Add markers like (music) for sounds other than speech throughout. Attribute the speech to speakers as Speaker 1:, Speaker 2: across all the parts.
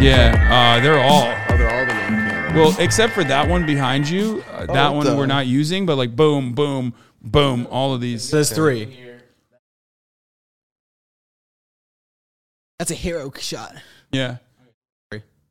Speaker 1: Yeah, uh, they're all.
Speaker 2: Oh, they're all the name cameras.
Speaker 1: Well, except for that one behind you. Uh, that
Speaker 2: Oh,
Speaker 1: one
Speaker 2: duh.
Speaker 1: we're not using, but like boom, boom, boom, all of these.
Speaker 3: So there's three. That's a hero shot.
Speaker 1: Yeah.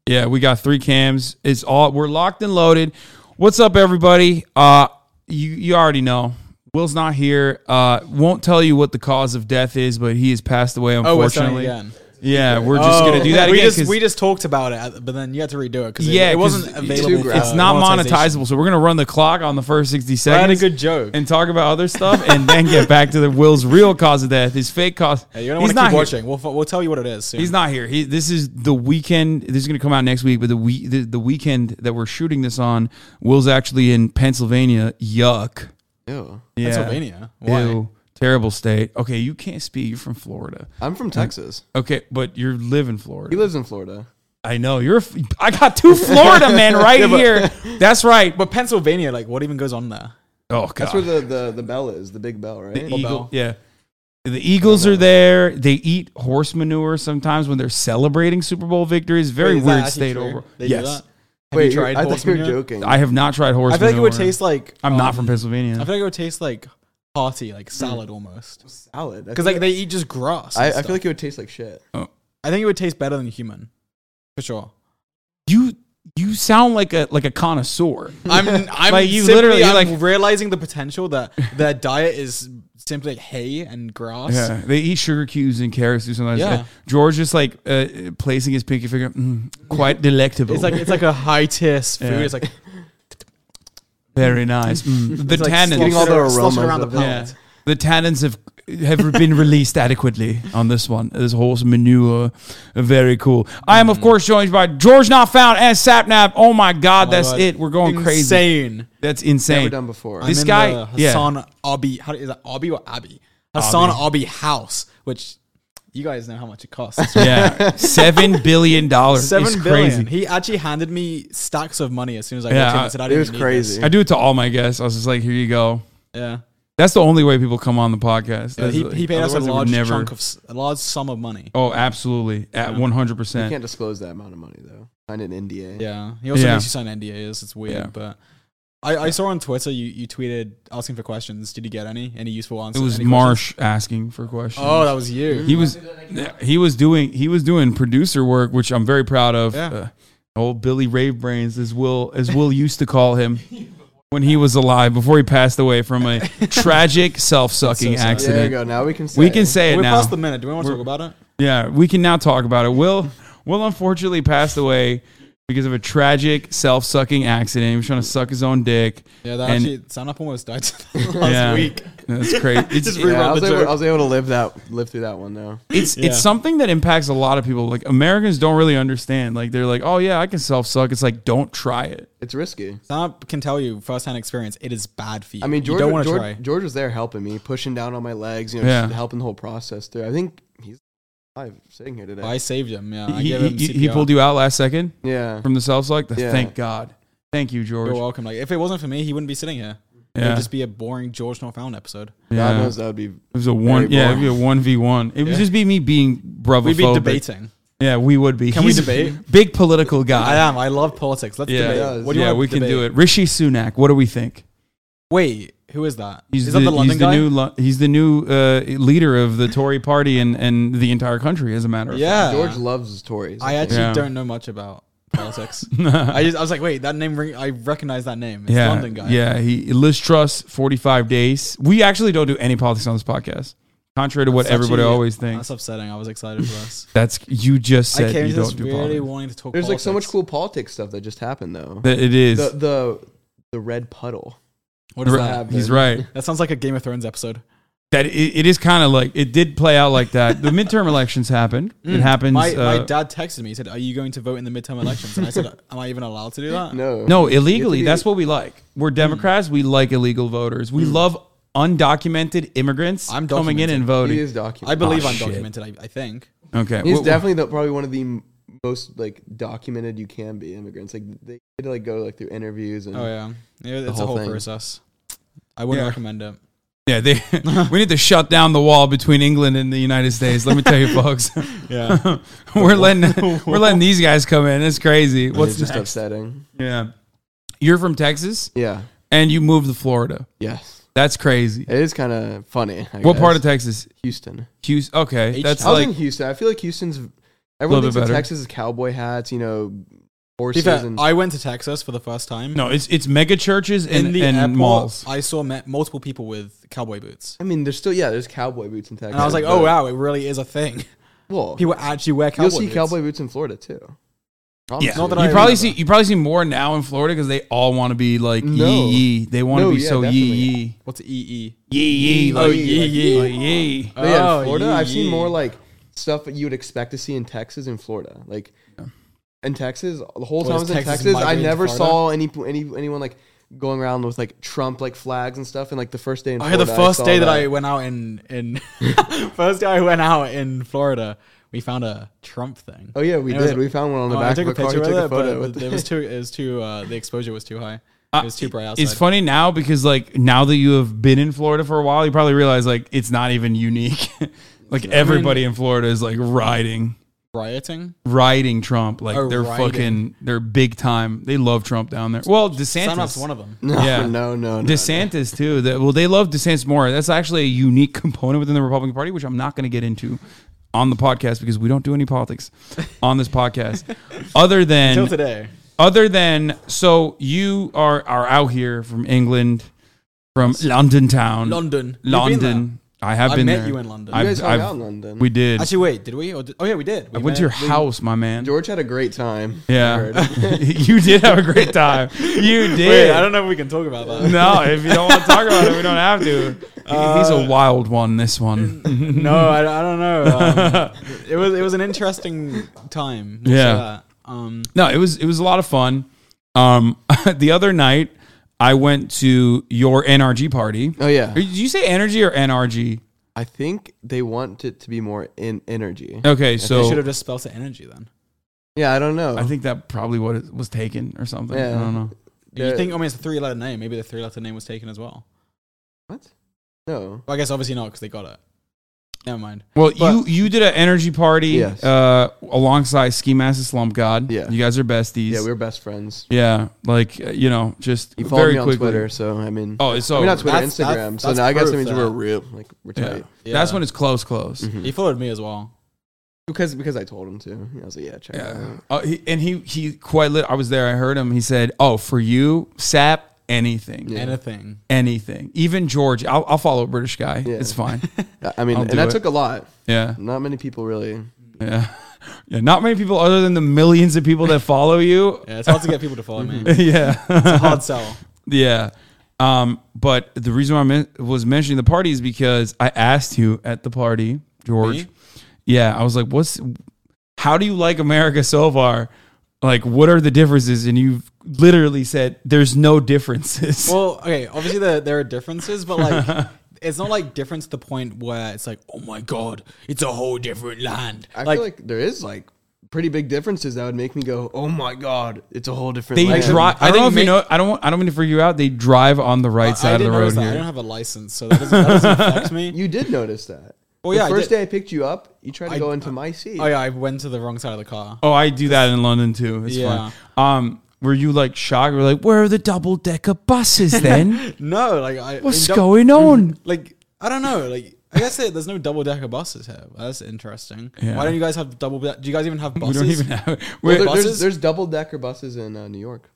Speaker 1: Yeah, we got three cams. It's all we're locked and loaded. What's up, everybody? Uh you you already know. Will's not here. Uh won't tell you what the cause of death is, but he has passed away
Speaker 3: Oh, it's done
Speaker 1: unfortunately.
Speaker 3: again.
Speaker 1: yeah, we're just
Speaker 3: Oh,
Speaker 1: gonna do that
Speaker 3: we
Speaker 1: again.
Speaker 3: Just,
Speaker 1: 'cause-
Speaker 3: we just talked about it, but then you had to redo it because
Speaker 1: yeah,
Speaker 3: it,
Speaker 1: 'cause
Speaker 3: wasn't available. for,
Speaker 1: It's
Speaker 3: uh,
Speaker 1: not
Speaker 3: monetization.
Speaker 1: monetizable, so we're gonna run the clock on the first sixty
Speaker 3: I
Speaker 1: seconds.
Speaker 3: had a good joke.
Speaker 1: and talk about other stuff, and then get back to the Will's real cause of death, his fake cause.
Speaker 3: Yeah, you're gonna
Speaker 1: He's
Speaker 3: want to
Speaker 1: not
Speaker 3: keep
Speaker 1: here.
Speaker 3: watching. We'll, f- we'll tell you what it is. Soon.
Speaker 1: He's not here. He, this is the weekend. This is going to come out next week, but the, we, the the weekend that we're shooting this on, Will's actually in Pennsylvania. Yuck.
Speaker 2: Ew.
Speaker 1: Yeah.
Speaker 3: Pennsylvania. Why?
Speaker 1: Ew. Terrible state. Okay, you can't speak. You're from Florida.
Speaker 2: I'm from Texas.
Speaker 1: Okay, but you live in
Speaker 2: He
Speaker 1: Florida.
Speaker 2: lives in Florida.
Speaker 1: I know. You're. a f- I got two Florida men right here. That's right.
Speaker 3: But Pennsylvania, like, what even goes on there?
Speaker 1: Oh God.
Speaker 2: That's where the, the, the bell is, the big bell, right?
Speaker 1: Eagle-
Speaker 3: Bell.
Speaker 1: Yeah. The Eagles are there. They eat horse manure sometimes when they're celebrating Super Bowl victories. Very
Speaker 3: Wait, is that
Speaker 1: weird
Speaker 3: actually
Speaker 1: state
Speaker 3: true?
Speaker 1: over.
Speaker 3: They do that?
Speaker 1: yes.
Speaker 3: Have
Speaker 2: Wait,
Speaker 3: you tried
Speaker 2: I thought
Speaker 3: horse
Speaker 2: you were
Speaker 3: manure?
Speaker 2: joking.
Speaker 1: I have not tried horse
Speaker 3: I feel like it would
Speaker 1: manure.
Speaker 3: taste like.
Speaker 1: I'm
Speaker 3: um,
Speaker 1: not from Pennsylvania.
Speaker 3: I feel like it would taste like hearty, like salad almost.
Speaker 2: salad.
Speaker 3: Because like they eat just grass. and
Speaker 2: I, I
Speaker 3: stuff.
Speaker 2: feel like it would taste like shit.
Speaker 3: I think it would taste better than human, for sure.
Speaker 1: you you sound like a like a connoisseur.
Speaker 3: (laughs) I'm, I'm
Speaker 1: Like, you
Speaker 3: simply,
Speaker 1: literally,
Speaker 3: I'm
Speaker 1: like-
Speaker 3: realizing the potential
Speaker 1: (laughs)
Speaker 3: that their diet is simply like hay and grass.
Speaker 1: Yeah, they eat sugar cubes and carrots too sometimes.
Speaker 3: Yeah.
Speaker 1: Uh, George just like uh, placing his pinky finger, mm, quite delectable.
Speaker 3: (laughs) It's like it's like a high tier food.
Speaker 1: Yeah.
Speaker 3: It's like
Speaker 1: very nice. Mm. The
Speaker 3: (laughs) it's like
Speaker 1: tannins,
Speaker 2: Getting all the aromas
Speaker 3: sloshed around the
Speaker 2: of it.
Speaker 1: yeah.
Speaker 3: palate.
Speaker 1: the tannins have have been released adequately on this one. This horse manure, very cool. I
Speaker 3: Mm.
Speaker 1: am of course joined by George Not Found and Sapnap. Oh my God,
Speaker 3: Oh my
Speaker 1: that's
Speaker 3: God.
Speaker 1: it. We're going crazy.
Speaker 3: Insane.
Speaker 1: That's insane.
Speaker 2: Never done before.
Speaker 1: This
Speaker 3: I'm in
Speaker 1: guy-
Speaker 3: the
Speaker 1: yeah.
Speaker 3: Hassan Abi. How do- is that Abi or Abi? Hassan Abi house, which you guys know how much it
Speaker 1: (laughs)
Speaker 3: costs.
Speaker 1: Yeah, seven billion dollars.
Speaker 3: Seven
Speaker 1: It's
Speaker 3: billion.
Speaker 1: crazy.
Speaker 3: He actually handed me stacks of money as soon as I
Speaker 1: Yeah, uh,
Speaker 3: got him.
Speaker 1: I-
Speaker 3: I said, I
Speaker 2: it
Speaker 3: didn't
Speaker 2: was
Speaker 3: need
Speaker 2: crazy.
Speaker 1: I do it to all my guests. I was just like, here you go.
Speaker 3: This. Yeah.
Speaker 1: That's the only way people come on the podcast.
Speaker 3: Yeah,
Speaker 1: That's
Speaker 3: he,
Speaker 1: like-
Speaker 3: he paid us a
Speaker 1: otherwise they would
Speaker 3: large chunk of s- a large sum of money.
Speaker 1: Oh, absolutely, at one hundred
Speaker 2: You
Speaker 1: percent.
Speaker 2: can't disclose that amount of money though. Sign an NDA.
Speaker 3: Yeah. He also
Speaker 1: Yeah.
Speaker 3: makes you sign NDAs. It's weird,
Speaker 1: Yeah.
Speaker 3: but I, I saw on Twitter you, you tweeted asking for questions. Did you get any? Any useful
Speaker 1: It
Speaker 3: answers?
Speaker 1: was
Speaker 3: Any
Speaker 1: Marsh asking for
Speaker 3: questions?
Speaker 1: questions.
Speaker 3: Oh, that was you.
Speaker 1: he was he was doing he was doing producer work, which I'm very proud of.
Speaker 3: Yeah.
Speaker 1: Uh, old Billy Rave Brains, as Will as Will used to call him (laughs) when he was alive, before he passed away from
Speaker 3: (laughs)
Speaker 1: a tragic self sucking
Speaker 3: That's so sad.
Speaker 2: There
Speaker 1: accident.
Speaker 2: you go. Now we can say
Speaker 1: we can say it
Speaker 3: We're
Speaker 1: now.
Speaker 3: past the minute. Do we want to talk
Speaker 1: We're-
Speaker 3: about it?
Speaker 1: Yeah, we can now talk about it. Will Will unfortunately passed away because of a tragic self-sucking accident. He was trying to suck his own dick.
Speaker 3: Yeah, that
Speaker 1: And-
Speaker 3: actually, Sound Up almost died (laughs) last
Speaker 1: Yeah.
Speaker 3: week.
Speaker 1: That's crazy. It's,
Speaker 3: (laughs) Just
Speaker 1: it-
Speaker 3: rewrote
Speaker 2: Yeah, I, was
Speaker 3: the
Speaker 2: able,
Speaker 3: joke.
Speaker 2: I was able to live that live through that one though.
Speaker 1: it's
Speaker 3: Yeah.
Speaker 1: it's something that impacts a lot of people. Like Americans don't really understand. Like they're like, "Oh yeah, I can self-suck." It's like, "Don't try it."
Speaker 2: It's risky.
Speaker 3: Sound Up can tell you firsthand experience, it is bad for you.
Speaker 2: I mean, George,
Speaker 3: you don't want to
Speaker 2: George,
Speaker 3: try.
Speaker 2: George was there helping me, pushing down on my legs, you know,
Speaker 1: Yeah.
Speaker 2: just helping the whole process through. I think he's alive sitting here today.
Speaker 3: I saved him. Yeah, I
Speaker 1: He,
Speaker 3: gave him
Speaker 1: he,
Speaker 3: CPR.
Speaker 1: he pulled you out last second
Speaker 2: yeah.
Speaker 1: from the self-suck.
Speaker 2: Yeah.
Speaker 1: Thank God. Thank you, George.
Speaker 3: You're welcome. Like, if it wasn't for me, he wouldn't be sitting here. It
Speaker 1: yeah.
Speaker 3: would just be a boring George Northfound episode.
Speaker 2: God
Speaker 1: yeah.
Speaker 2: knows that would be
Speaker 1: It was a one.
Speaker 2: Very
Speaker 1: Yeah, it'd
Speaker 2: boring.
Speaker 1: be a one v one. It would
Speaker 3: Yeah.
Speaker 1: just be me being bravo.
Speaker 3: We'd be debating.
Speaker 1: Yeah, we would be.
Speaker 3: Can we
Speaker 1: He's a
Speaker 3: debate?
Speaker 1: Big political guy.
Speaker 3: I am. I love politics. Let's
Speaker 1: Yeah,
Speaker 3: debate. What do you
Speaker 1: yeah,
Speaker 3: want
Speaker 1: we can do it. Rishi Sunak, what do we think?
Speaker 3: Wait, who is that?
Speaker 1: He's
Speaker 3: is that the London
Speaker 1: he's
Speaker 3: guy?
Speaker 1: The new, Lo- he's the new uh, leader of the Tory party and, and the entire country, as a matter of
Speaker 3: yeah,
Speaker 2: George loves Tories.
Speaker 3: I actually
Speaker 1: Yeah.
Speaker 3: don't know
Speaker 1: (laughs)
Speaker 3: much about politics.
Speaker 1: fact. (laughs)
Speaker 3: I just I was like, wait, that name ring. I recognize that name. It's
Speaker 1: yeah,
Speaker 3: London guy.
Speaker 1: yeah. He Liz Truss, forty five days. We actually don't do any politics on this podcast, contrary to what
Speaker 3: That's
Speaker 1: everybody
Speaker 3: actually-
Speaker 1: always thinks.
Speaker 3: That's upsetting. I was excited for this.
Speaker 1: That's you just (laughs)
Speaker 3: I
Speaker 1: said
Speaker 3: came
Speaker 1: you
Speaker 3: to
Speaker 1: don't
Speaker 3: this
Speaker 1: do
Speaker 3: really
Speaker 1: politics.
Speaker 3: wanting to talk.
Speaker 2: There's like so much
Speaker 3: politics.
Speaker 2: cool politics stuff that just happened though.
Speaker 1: That it is.
Speaker 2: The the the red puddle.
Speaker 3: What is
Speaker 1: Right.
Speaker 3: that?
Speaker 1: He's right.
Speaker 3: That sounds like a Game of Thrones episode.
Speaker 1: That it, it is kind of like it did play out like that. The midterm elections
Speaker 3: (laughs)
Speaker 1: happened. It happens.
Speaker 3: Mm. My, my
Speaker 1: uh,
Speaker 3: dad texted me. He said, "Are you going to vote in the midterm elections?"
Speaker 1: (laughs)
Speaker 3: And I said, "Am I even allowed to do that?"
Speaker 2: No.
Speaker 1: No, illegally.
Speaker 2: do-
Speaker 1: That's what we like. We're
Speaker 3: Mm.
Speaker 1: Democrats. We like illegal voters. We love undocumented immigrants
Speaker 3: I'm
Speaker 1: coming in
Speaker 3: documented.
Speaker 1: and
Speaker 2: He
Speaker 1: voting.
Speaker 2: is documented.
Speaker 3: I believe
Speaker 1: Oh,
Speaker 3: I'm
Speaker 1: shit.
Speaker 3: documented. I, I think.
Speaker 1: Okay.
Speaker 2: He's
Speaker 1: Wh-
Speaker 2: definitely the, probably one of the m- most like documented you can be immigrants. Like they had to like go like through interviews and
Speaker 3: Oh yeah, Yeah, it's
Speaker 2: whole
Speaker 3: a whole
Speaker 2: thing.
Speaker 3: process. I wouldn't
Speaker 1: Yeah.
Speaker 3: recommend it.
Speaker 1: Yeah, they, (laughs) we need to shut down the wall between England and the United States. Let me tell you, folks.
Speaker 3: (laughs) Yeah.
Speaker 1: (laughs) we're letting we're letting these guys come in. It's crazy. What's
Speaker 2: it's just
Speaker 1: next?
Speaker 2: upsetting.
Speaker 1: Yeah, you're from Texas
Speaker 2: Yeah.
Speaker 1: and you moved to Florida.
Speaker 2: Yes.
Speaker 1: That's crazy.
Speaker 2: It is kind of funny. I
Speaker 1: What
Speaker 2: guess.
Speaker 1: part of Texas?
Speaker 2: Houston?
Speaker 1: Houston. Okay,
Speaker 3: H-
Speaker 1: that's
Speaker 2: I was
Speaker 1: like
Speaker 2: in Houston. I feel like Houston's.
Speaker 1: Little bit
Speaker 2: Everyone thinks of
Speaker 1: better.
Speaker 2: Texas is cowboy hats, you know,
Speaker 3: (laughs) To be
Speaker 2: horses
Speaker 3: fair,
Speaker 2: and
Speaker 3: I went to Texas for the first time.
Speaker 1: no. It's it's mega churches and,
Speaker 3: in the
Speaker 1: and
Speaker 3: airport,
Speaker 1: malls.
Speaker 3: I saw ma- multiple people with cowboy boots,
Speaker 2: I mean, there's still yeah, there's cowboy boots in Texas.
Speaker 3: and I was like,
Speaker 2: but-
Speaker 3: "Oh wow, it really is
Speaker 2: (laughs)
Speaker 3: a thing."
Speaker 2: well,
Speaker 3: People actually wear cowboy
Speaker 2: you'll see
Speaker 3: boots.
Speaker 2: cowboy boots in Florida too. Promise
Speaker 1: Yeah,
Speaker 3: Not that
Speaker 1: you
Speaker 3: I
Speaker 1: probably
Speaker 3: remember.
Speaker 1: see you probably see more now in Florida because they all want to be like
Speaker 2: No.
Speaker 1: yee yee. They want to
Speaker 2: No,
Speaker 1: be
Speaker 2: yeah,
Speaker 1: so
Speaker 2: definitely.
Speaker 1: yee
Speaker 3: What's E yee
Speaker 1: yee yee yee.
Speaker 3: Oh,
Speaker 1: Like,
Speaker 3: yee, yee.
Speaker 1: like, yee.
Speaker 2: But yeah, in
Speaker 3: Oh,
Speaker 2: Florida, I've
Speaker 3: yee.
Speaker 2: seen more like stuff that you would expect to see in Texas and Florida. Like in Texas, the whole
Speaker 3: What,
Speaker 2: time I
Speaker 3: is
Speaker 2: was in
Speaker 3: Texas
Speaker 2: Texas, I
Speaker 3: migrating to
Speaker 2: never
Speaker 3: Florida?
Speaker 2: saw any any anyone like going around with like Trump like flags and stuff. And like the first day in
Speaker 3: I had Oh, the
Speaker 2: Florida,
Speaker 3: first
Speaker 2: saw
Speaker 3: day that, I went out in (laughs) in first day I went out in Florida, we found a Trump thing.
Speaker 2: Oh yeah, we
Speaker 3: And it was-
Speaker 2: did. we found one on the
Speaker 3: oh, I
Speaker 2: back
Speaker 3: took
Speaker 2: of
Speaker 3: a
Speaker 2: a car. We
Speaker 3: picture
Speaker 2: took
Speaker 3: with
Speaker 2: a
Speaker 3: it,
Speaker 2: photo.
Speaker 3: but
Speaker 2: With
Speaker 3: it was too. It was too. Uh, the exposure was too high.
Speaker 1: Uh,
Speaker 3: It was too bright outside.
Speaker 1: It's funny now because like now that you have been in Florida for a while, you probably realize like it's not even unique. (laughs) like everybody in Florida is like riding
Speaker 3: Rioting.
Speaker 1: riding Trump. Like
Speaker 3: Oh,
Speaker 1: they're
Speaker 3: riding.
Speaker 1: fucking they're big time. They love Trump down there. Well,
Speaker 3: Sam Up's
Speaker 1: DeSantis.
Speaker 3: one of them.
Speaker 2: (laughs) no,
Speaker 3: (laughs)
Speaker 1: Yeah.
Speaker 2: no, no, no.
Speaker 1: DeSantis too. That well, they love DeSantis more. That's actually a unique (laughs) component within the Republican Party, which I'm not going to get into on the podcast because we don't do any politics on this
Speaker 3: (laughs)
Speaker 1: podcast. other
Speaker 3: Till
Speaker 1: than,
Speaker 3: today,
Speaker 1: other than, so you are are out here from England, from London town,
Speaker 3: London. You've been there.
Speaker 1: London. I have
Speaker 3: I
Speaker 1: been
Speaker 3: met
Speaker 1: there.
Speaker 3: you in London.
Speaker 1: I've-
Speaker 2: You guys hung
Speaker 1: I've-
Speaker 2: out in London.
Speaker 1: We did.
Speaker 3: Actually, wait, did we? Or did, oh yeah, we did.
Speaker 1: I went to your house, my man.
Speaker 2: George had a great time. I heard.
Speaker 1: Yeah,
Speaker 3: (laughs)
Speaker 1: (laughs) you did have a great time. You did.
Speaker 3: Wait, I don't know if we can talk about
Speaker 1: (laughs)
Speaker 3: that.
Speaker 1: No, if you don't want to talk about it, we don't have to. He- He's
Speaker 3: Uh,
Speaker 1: a wild one. This
Speaker 3: Mm.
Speaker 1: one.
Speaker 3: (laughs) no, I, I
Speaker 1: (laughs)
Speaker 3: don't know. Um, it was it was an interesting time. We'll say
Speaker 1: Yeah.
Speaker 3: that. Um,
Speaker 1: No, it was it was a lot of fun. Um, (laughs) the other night I went to your NRG party.
Speaker 2: Oh yeah.
Speaker 1: Did you say energy or NRG?
Speaker 2: I think they want it to be more in energy.
Speaker 1: Okay,
Speaker 3: they should
Speaker 1: so
Speaker 3: have just spelled it energy then.
Speaker 2: Yeah, I don't know.
Speaker 1: I think that probably what it was taken or something. I
Speaker 2: Yeah.
Speaker 1: don't know.
Speaker 3: you
Speaker 2: They're-
Speaker 3: think? I mean, it's a three letter name. Maybe the three letter name was taken as well.
Speaker 2: what? No.
Speaker 3: Well, I guess obviously not because they got it. Never mind.
Speaker 1: Well, you
Speaker 3: But-
Speaker 1: you did an energy party
Speaker 2: Yes.
Speaker 1: uh, alongside Ski Master Slump God.
Speaker 2: Yeah.
Speaker 1: you guys are besties.
Speaker 2: Yeah, we were best friends.
Speaker 1: yeah, like uh, you know, just
Speaker 2: You followed
Speaker 1: very
Speaker 2: me on
Speaker 1: quickly.
Speaker 2: Twitter, so I mean,
Speaker 1: Oh, it's
Speaker 2: I
Speaker 1: over.
Speaker 2: mean not Twitter,
Speaker 3: That's-
Speaker 2: Instagram.
Speaker 3: that's-
Speaker 2: so
Speaker 3: that's
Speaker 2: now I guess that
Speaker 3: proof
Speaker 2: means
Speaker 3: that-
Speaker 2: we're real, like we're
Speaker 1: Yeah.
Speaker 2: tight.
Speaker 1: That's
Speaker 3: Yeah.
Speaker 1: when it's close, close.
Speaker 2: Mm-hmm.
Speaker 3: He followed me as well.
Speaker 2: Because because I told him to. And I was like, yeah, check it
Speaker 1: Yeah.
Speaker 2: out.
Speaker 1: Uh, he, and he he quite lit. I was there. I heard him. He said, "Oh, for you, sap anything,
Speaker 2: Yeah.
Speaker 3: Anything.
Speaker 1: anything, even George. I'll, I'll follow a British guy.
Speaker 2: Yeah.
Speaker 1: It's
Speaker 3: (laughs)
Speaker 1: fine.
Speaker 2: I I mean,
Speaker 1: I'll do
Speaker 2: and that
Speaker 1: it.
Speaker 2: took a lot.
Speaker 1: yeah,
Speaker 2: Not many people really.
Speaker 1: yeah, yeah. Not many people, other than the millions of people that follow you.
Speaker 3: Yeah, it's hard to get people to follow me.
Speaker 1: (laughs)
Speaker 3: It's
Speaker 1: yeah,
Speaker 3: a hard sell.
Speaker 1: yeah. Um, but the reason why I men- was mentioning the party is because I asked you at the party, George.
Speaker 3: Me?
Speaker 1: Yeah, I was like, "What's? How do you like America so far? Like, what are the differences?" And you've literally said, "There's no differences."
Speaker 3: (laughs) Well, okay, obviously there, there are differences, but like it's not like difference to the point where it's like, oh my god, it's a whole different land.
Speaker 2: I
Speaker 3: like,
Speaker 2: feel like there is like pretty big differences that would make me go, oh my god, it's a whole different.
Speaker 1: (laughs) They
Speaker 2: life."
Speaker 1: drive. I,
Speaker 3: I
Speaker 1: don't know if
Speaker 3: think
Speaker 1: you
Speaker 3: ma-
Speaker 1: know. I don't. want- I don't mean to freak you out. They drive on the right
Speaker 3: I
Speaker 1: side of the
Speaker 3: didn't
Speaker 1: road
Speaker 3: notice that. I
Speaker 1: here.
Speaker 3: don't have a license, so that doesn't, that (laughs) doesn't affect me.
Speaker 2: You did notice that.
Speaker 3: Well,
Speaker 2: the
Speaker 3: Oh, yeah, I
Speaker 2: First
Speaker 3: did.
Speaker 2: day I picked you up, you tried to
Speaker 3: I-
Speaker 2: go into my seat.
Speaker 3: oh yeah, I went to the wrong side of the car.
Speaker 1: Oh, I do that in London too. It's
Speaker 3: Yeah.
Speaker 1: fun. Um, were you like shocked? Were like, where are the double decker buses then?
Speaker 3: No, like I
Speaker 1: What's
Speaker 3: I mean, dou-
Speaker 1: going on?
Speaker 3: (laughs) Like I don't know. Like I guess there- there's no double decker buses here. That's interesting.
Speaker 1: Yeah.
Speaker 3: Why don't you guys have double? De- do you guys even have
Speaker 1: We
Speaker 3: (laughs) buses?
Speaker 1: don't even have.
Speaker 2: Well,
Speaker 1: Wait,
Speaker 2: there-
Speaker 3: buses?
Speaker 2: there's there's double decker buses in uh, New York.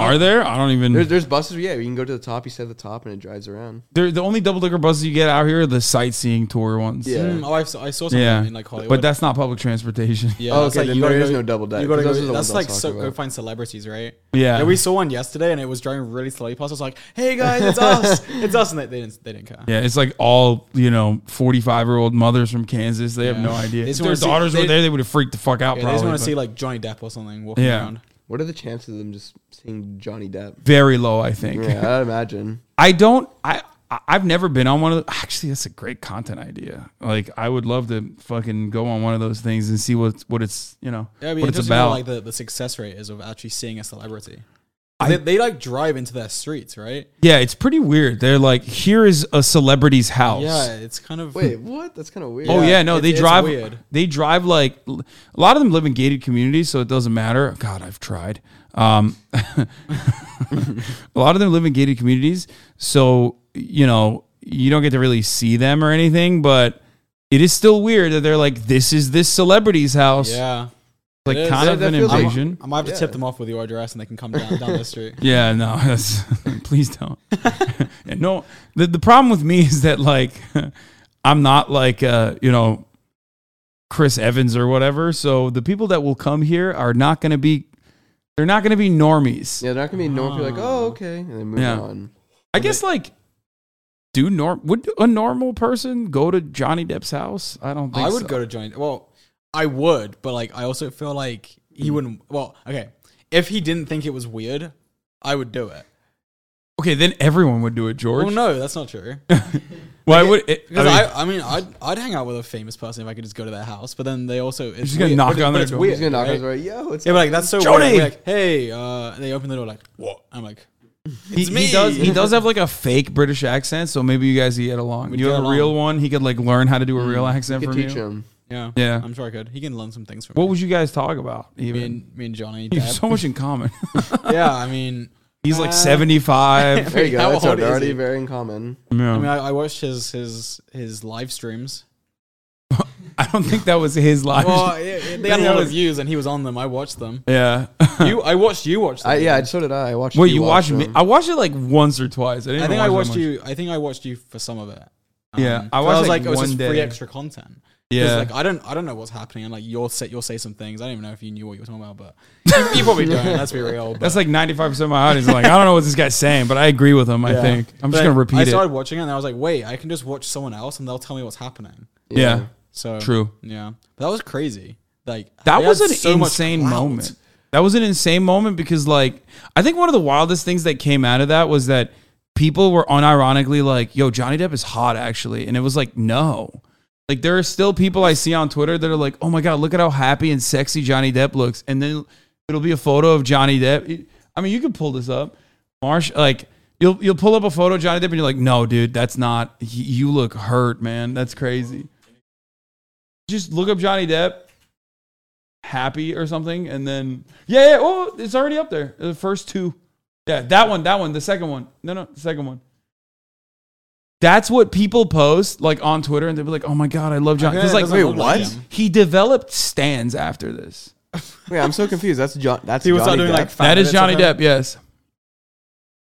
Speaker 1: are there? I don't even.
Speaker 2: There's there's buses. Yeah, you can go to the top. You set the top, and it drives around.
Speaker 1: They're, the only double decker buses you get out here are the sightseeing tour ones.
Speaker 2: Yeah.
Speaker 3: Mm, oh, I saw, I saw something
Speaker 1: Yeah.
Speaker 3: in like Hollywood.
Speaker 1: but that's not public transportation.
Speaker 3: yeah,
Speaker 2: Oh,
Speaker 3: that's
Speaker 2: okay, then
Speaker 3: you gotta
Speaker 2: there is
Speaker 3: go-
Speaker 2: no double deck,
Speaker 3: You gotta
Speaker 2: 'cause those are the
Speaker 3: go- that's
Speaker 2: ones I
Speaker 3: like
Speaker 2: was
Speaker 3: so,
Speaker 2: talking
Speaker 3: go
Speaker 2: about.
Speaker 3: find celebrities, right?
Speaker 1: Yeah.
Speaker 3: we saw one yesterday, and it was driving really slowly past. I was like, "Hey guys,
Speaker 1: (laughs)
Speaker 3: it's us! It's us!" And they, they didn't they didn't care.
Speaker 1: (laughs) Yeah, it's like all you know, forty-five-year-old mothers from Kansas. They have no idea.
Speaker 3: They
Speaker 1: If
Speaker 3: just
Speaker 1: their
Speaker 3: wanna see-
Speaker 1: daughters were
Speaker 3: they-
Speaker 1: there, they would have freaked the fuck out.
Speaker 3: Yeah, they
Speaker 1: probably.
Speaker 3: just want
Speaker 1: but
Speaker 3: to see like Johnny Depp or something walking
Speaker 1: Yeah.
Speaker 3: around.
Speaker 2: What are the chances of them just seeing Johnny Depp?
Speaker 1: very low, I think.
Speaker 2: Yeah, (laughs) I'd imagine.
Speaker 1: (laughs) I don't. I I- I've never been on one of. The, actually, that's a great content idea. Like, I would love to fucking go on one of those things and see what what it's you know
Speaker 3: Yeah, I mean,
Speaker 1: what it's
Speaker 3: just about
Speaker 1: about.
Speaker 3: like the, the success rate is of actually seeing a celebrity. They, they like drive into their streets, right?
Speaker 1: Yeah, it's pretty weird. They're like, here is a celebrity's house.
Speaker 3: Yeah, it's kind of
Speaker 2: Wait, what? That's kind of weird.
Speaker 1: Oh
Speaker 3: Yeah,
Speaker 1: yeah, no,
Speaker 3: it's-
Speaker 1: they
Speaker 3: it's
Speaker 1: drive.
Speaker 3: weird.
Speaker 1: They drive like a lot of them live in gated communities, so it doesn't matter. God, I've tried. Um, (laughs) a lot of them live in gated communities, so you know you don't get to really see them or anything. But it is still weird that they're like, "This is this celebrity's house,"
Speaker 3: Yeah,
Speaker 1: like
Speaker 3: it is.
Speaker 1: kind
Speaker 2: That-
Speaker 1: of
Speaker 2: that
Speaker 1: an
Speaker 2: feels like-
Speaker 1: invasion.
Speaker 3: I might have to
Speaker 2: Yeah.
Speaker 3: tip them off with your address, and they can come down, down
Speaker 1: (laughs)
Speaker 3: the street.
Speaker 1: Yeah, no, that's please don't. (laughs) Yeah, no, the the problem with me (laughs) is that like I'm not like uh, you know Chris Evans or whatever. So the people that will come here are not going to be they're not going to be normies.
Speaker 2: Yeah, they're not gonna be normal. You're like,
Speaker 3: Ah.
Speaker 2: oh, okay, and then move
Speaker 1: Yeah.
Speaker 2: on.
Speaker 1: I guess like do norm would a normal person go to Johnny Depp's house? I don't think
Speaker 3: I would
Speaker 1: so.
Speaker 3: go to join. Well, I would, but like I also feel like
Speaker 1: Hmm.
Speaker 3: he wouldn't. Well, okay, if he didn't think it was weird, I would do it.
Speaker 1: Okay, then everyone would do it, George.
Speaker 3: Well, no, that's
Speaker 1: (laughs)
Speaker 3: not true.
Speaker 1: Why would it, I
Speaker 3: Because
Speaker 1: mean,
Speaker 3: I, I mean, I, would I'd hang out with a famous person if I could just go to their house, but then they also it's
Speaker 1: just gonna
Speaker 3: weird,
Speaker 1: knock
Speaker 3: but it-
Speaker 1: on
Speaker 3: but
Speaker 1: their
Speaker 3: it's
Speaker 1: door.
Speaker 3: weird,
Speaker 2: He's gonna knock
Speaker 3: right?
Speaker 2: on his door. Yo, it's
Speaker 3: Yeah, but like that's so
Speaker 1: Jody!
Speaker 3: weird. We're like, hey, uh, and they open the door like what? I'm like,
Speaker 1: he,
Speaker 3: it's
Speaker 1: he
Speaker 3: me.
Speaker 1: does he does have like a fake British accent, so maybe you guys could get along.
Speaker 3: We'd
Speaker 1: you
Speaker 3: get
Speaker 1: have a
Speaker 3: along.
Speaker 1: real one, he could like learn how to do a real accent
Speaker 2: you Mm, could
Speaker 1: from
Speaker 2: teach
Speaker 1: you.
Speaker 2: him.
Speaker 3: Yeah,
Speaker 1: Yeah.
Speaker 3: I'm sure I could. He can learn some things from
Speaker 1: What
Speaker 3: me.
Speaker 1: would you guys talk about? Even
Speaker 3: Me and, me and Johnny.
Speaker 1: (laughs) you have
Speaker 3: Depp.
Speaker 1: so much in common.
Speaker 3: (laughs) yeah, I mean,
Speaker 1: (laughs) He's like
Speaker 3: Uh,
Speaker 1: seventy five.
Speaker 2: There you go.
Speaker 3: How
Speaker 2: That's
Speaker 3: old is
Speaker 2: already
Speaker 3: he?
Speaker 2: very in common.
Speaker 3: (laughs) I mean, I, I watched his his his live streams.
Speaker 1: (laughs) I don't think that was his life. (laughs)
Speaker 3: Well, yeah, yeah, they had a
Speaker 1: Yeah,
Speaker 3: lot
Speaker 1: it
Speaker 3: of
Speaker 1: was-
Speaker 3: views, and he was on them. I watched them.
Speaker 1: yeah. (laughs)
Speaker 3: You, I watched you watch them.
Speaker 2: I, yeah, so did I. I watched.
Speaker 1: well, you watched
Speaker 2: watch
Speaker 1: me. Oh,
Speaker 2: them.
Speaker 1: I watched it like once or twice. I, didn't
Speaker 3: I think
Speaker 1: watch
Speaker 3: I
Speaker 1: that
Speaker 3: watched
Speaker 1: much.
Speaker 3: you. I think I watched you for some of it. Um,
Speaker 1: Yeah, I
Speaker 3: I
Speaker 1: watched,
Speaker 3: was
Speaker 1: like,
Speaker 3: like, it was
Speaker 1: one
Speaker 3: just
Speaker 1: day.
Speaker 3: free extra content. Yeah,
Speaker 1: Yeah.
Speaker 3: like I don't, I don't know what's happening. And like you'll say, you'll say some things. I don't even know if you knew what you were talking about, but you, you probably don't. Let's
Speaker 1: (laughs)
Speaker 3: be real. But,
Speaker 1: That's like ninety five percent of my audience. are like I don't know what this guy's saying, but I agree with him. I
Speaker 3: Yeah.
Speaker 1: think I'm
Speaker 3: But
Speaker 1: just gonna
Speaker 3: I
Speaker 1: repeat it.
Speaker 3: started watching it, and I was like, wait, I can just watch someone else, and they'll tell me what's happening.
Speaker 1: Yeah.
Speaker 3: So
Speaker 1: True.
Speaker 3: Yeah, but that was crazy. Like
Speaker 1: That
Speaker 3: they
Speaker 1: was an
Speaker 3: had so much
Speaker 1: insane
Speaker 3: clout.
Speaker 1: moment. That was an insane moment because like I think one of the wildest things that came out of that was that people were unironically like, "Yo, Johnny Depp is hot actually." And it was like, "No." Like there are still people I see on Twitter that are like, "Oh my god, look at how happy and sexy Johnny Depp looks." And then it'll be a photo of Johnny Depp. It- I mean, you could pull this up. Marsh like you'll you'll pull up a photo of Johnny Depp and you're like, "No, dude, that's not y- you look hurt, man. That's crazy." Just look up Johnny Depp happy or something and then yeah, yeah oh it's already up there the first two yeah that one that one the second one no no the second one that's what people post like on twitter and they'll be like oh my god i love john
Speaker 3: Okay,
Speaker 1: because
Speaker 3: that
Speaker 1: like
Speaker 3: doesn't
Speaker 2: wait,
Speaker 3: look
Speaker 1: (laughs)
Speaker 3: like
Speaker 2: what?
Speaker 3: him.
Speaker 1: he developed stands after this
Speaker 2: Wait, I'm so confused. That's John. That's
Speaker 3: He was
Speaker 2: Johnny
Speaker 3: doing
Speaker 2: Depp.
Speaker 3: like five
Speaker 1: that is
Speaker 3: minutes of
Speaker 1: johnny
Speaker 3: him.
Speaker 1: depp yes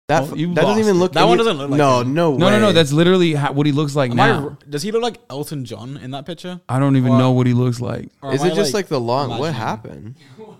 Speaker 2: that.
Speaker 1: oh,
Speaker 2: f-
Speaker 1: you
Speaker 2: that doesn't
Speaker 1: lost
Speaker 2: even
Speaker 1: it.
Speaker 2: look.
Speaker 3: That one
Speaker 2: any-
Speaker 3: doesn't look like
Speaker 2: No,
Speaker 3: him.
Speaker 2: no,
Speaker 1: no no no
Speaker 2: way.
Speaker 1: that's literally how, what he looks like
Speaker 3: Am I
Speaker 1: now Uh,
Speaker 3: r does he look like Elton John in that picture?
Speaker 1: I, don't even
Speaker 3: Well-
Speaker 1: know what he looks like
Speaker 3: Or
Speaker 2: Is
Speaker 3: am
Speaker 2: it
Speaker 3: I,
Speaker 2: just like the long? What
Speaker 3: imagining?
Speaker 2: happened?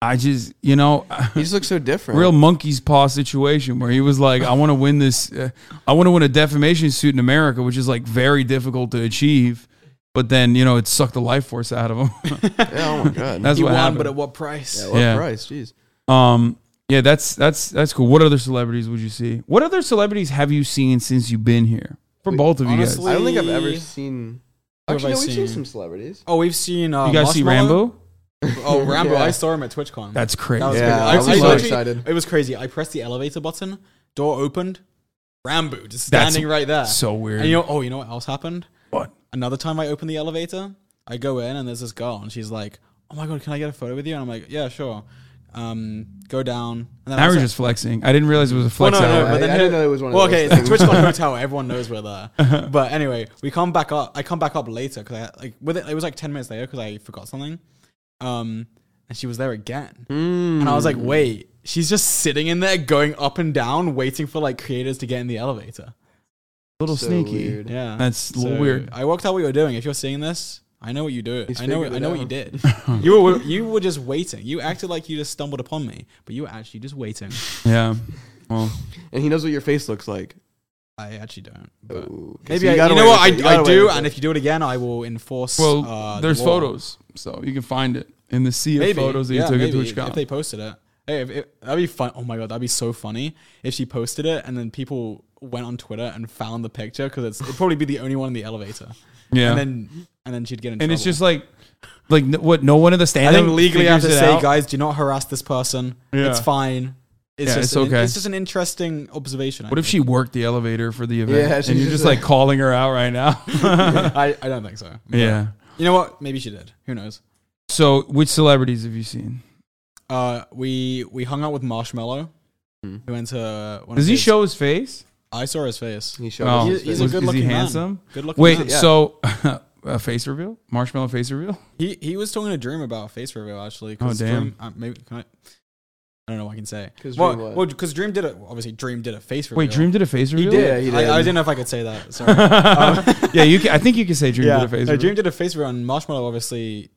Speaker 1: i just you know (laughs)
Speaker 2: He just looks so different.
Speaker 1: real monkey's paw situation where he was like, I want to win this, uh, I want to win a defamation suit in America, which is like very difficult to achieve. But then you know it sucked the life force out of him. (laughs)
Speaker 2: Yeah, oh my god.
Speaker 1: That's
Speaker 3: he
Speaker 1: what
Speaker 3: won,
Speaker 1: happened.
Speaker 3: but at what price?
Speaker 2: yeah, what
Speaker 1: yeah.
Speaker 2: price? Jeez.
Speaker 1: um, yeah, that's that's that's cool. What other celebrities would you see? What other celebrities have you seen since you've been here? For both of you
Speaker 3: honestly-
Speaker 2: I don't think I've ever
Speaker 3: Lee-
Speaker 2: seen.
Speaker 3: Who have
Speaker 2: Actually,
Speaker 3: I
Speaker 2: no, we've seen
Speaker 3: seen?
Speaker 2: some celebrities.
Speaker 3: Oh, we've seen. Uh,
Speaker 1: guys, you guys see
Speaker 3: Marshmello?
Speaker 1: Rambo?
Speaker 3: Oh, Rambo!
Speaker 2: Yeah.
Speaker 3: I saw him at TwitchCon.
Speaker 1: That's crazy.
Speaker 3: That was
Speaker 2: Yeah,
Speaker 3: crazy.
Speaker 2: I was
Speaker 3: I- I
Speaker 2: so
Speaker 3: actually-
Speaker 2: excited.
Speaker 3: It was crazy. I pressed the elevator button, door opened, Rambo just
Speaker 1: That's
Speaker 3: standing right there.
Speaker 1: so weird.
Speaker 3: And you know, oh, you know what else happened?
Speaker 1: What?
Speaker 3: Another time I opened the elevator, I go in and there's this girl and she's like, "Oh my god, can I get a photo with you?" And I'm like, "Yeah, sure." Um, go down. And then I
Speaker 1: Now
Speaker 3: was
Speaker 1: we're
Speaker 3: like-
Speaker 1: just flexing. I didn't realize it was a
Speaker 3: Well,
Speaker 1: flex.
Speaker 3: no, no,
Speaker 1: hour.
Speaker 3: but
Speaker 2: I-
Speaker 3: then
Speaker 2: I
Speaker 3: here-
Speaker 2: didn't know it was one of
Speaker 3: well,
Speaker 2: those
Speaker 1: (laughs)
Speaker 3: okay, it's
Speaker 2: (laughs)
Speaker 3: the TwitchCon hotel. Everyone knows we're there. but anyway, we come back up. I come back up later because I like with it. It was like ten minutes later because I forgot something. Um, and she was there again,
Speaker 2: Hmm.
Speaker 3: and I was like, wait, she's just sitting in there going up and down, waiting for like creators to get in the elevator.
Speaker 1: a little
Speaker 2: So
Speaker 1: sneaky.
Speaker 2: weird.
Speaker 3: Yeah,
Speaker 1: That's a little weird.
Speaker 3: I worked out what you were doing. If you're seeing this. I know what you do.
Speaker 2: He's
Speaker 3: I know.
Speaker 2: figured
Speaker 3: I
Speaker 2: it
Speaker 3: know what you
Speaker 2: out.
Speaker 3: did. you were you were just waiting. You acted like you just stumbled upon me, but you were actually just waiting.
Speaker 1: (laughs) Yeah. Well,
Speaker 2: And he knows what your face looks like.
Speaker 3: I actually don't.
Speaker 2: Ooh.
Speaker 3: But.
Speaker 2: Okay, so
Speaker 3: Maybe I,
Speaker 2: gotta
Speaker 3: you know
Speaker 2: wait
Speaker 3: what I,
Speaker 2: with it. You gotta
Speaker 3: I
Speaker 2: wait
Speaker 3: do,
Speaker 2: with
Speaker 3: and
Speaker 2: it.
Speaker 3: if you do it again, I will enforce.
Speaker 1: well,
Speaker 3: uh, the
Speaker 1: there's
Speaker 3: law.
Speaker 1: photos, so you can find it in the sea of
Speaker 3: Maybe
Speaker 1: photos that you
Speaker 3: yeah,
Speaker 1: took
Speaker 3: maybe,
Speaker 1: at TwitchCon.
Speaker 3: If they posted it, hey, if, if, that'd be fun. Oh my god, that'd be so funny if she posted it and then people went on Twitter and found the picture because it's it'd probably be the only one in the elevator.
Speaker 1: yeah.
Speaker 3: And then and then she'd get in.
Speaker 1: and it's
Speaker 3: trouble.
Speaker 1: just like like n- what no one in the
Speaker 3: I
Speaker 1: stand
Speaker 3: think legally I have to say,
Speaker 1: guys
Speaker 3: guys, do not harass this person.
Speaker 1: Yeah.
Speaker 3: It's fine. It's
Speaker 1: Yeah,
Speaker 3: just
Speaker 1: it's
Speaker 3: an-
Speaker 1: okay.
Speaker 3: It's just an interesting observation. I
Speaker 1: What if
Speaker 3: think.
Speaker 1: she worked the elevator for the event
Speaker 2: Yeah,
Speaker 1: and
Speaker 2: she's
Speaker 1: you're just
Speaker 2: just
Speaker 1: like calling her out right
Speaker 3: (laughs)
Speaker 1: now?
Speaker 3: (laughs) I, I don't think so.
Speaker 1: (laughs)
Speaker 3: But
Speaker 1: yeah.
Speaker 3: You know what? Maybe she did. Who knows?
Speaker 1: So, which celebrities have you seen?
Speaker 3: Uh, we we hung out with Marshmallow.
Speaker 2: Hmm.
Speaker 3: We went to. One
Speaker 1: Does
Speaker 3: of
Speaker 1: he
Speaker 3: his-
Speaker 1: show his face?
Speaker 3: I saw his
Speaker 2: (laughs)
Speaker 3: face.
Speaker 2: He showed
Speaker 1: Oh.
Speaker 2: us his
Speaker 3: He- he's
Speaker 2: face.
Speaker 3: a good
Speaker 1: is he
Speaker 3: looking man.
Speaker 1: handsome?
Speaker 3: Good looking.
Speaker 1: Wait,
Speaker 3: man.
Speaker 2: yeah.
Speaker 1: so (laughs) a face reveal? Marshmallow face reveal?
Speaker 3: he he was talking to Dream about face reveal actually. 'cause
Speaker 1: Oh, damn.
Speaker 3: Dream, uh, maybe can I? I don't know what I can say.
Speaker 2: 'Cause
Speaker 3: well,
Speaker 2: Dream what?
Speaker 3: well, because Dream did it. Obviously, Dream did a face reveal.
Speaker 1: Wait, Dream did a face reveal? (laughs)
Speaker 2: did. Yeah, he did.
Speaker 3: I, I didn't know if I could say that. Sorry. Um,
Speaker 1: yeah, you can, I think you can say Dream
Speaker 3: yeah,
Speaker 1: did a face
Speaker 3: no,
Speaker 1: reveal.
Speaker 3: Dream did a face reveal, and Marshmallow obviously,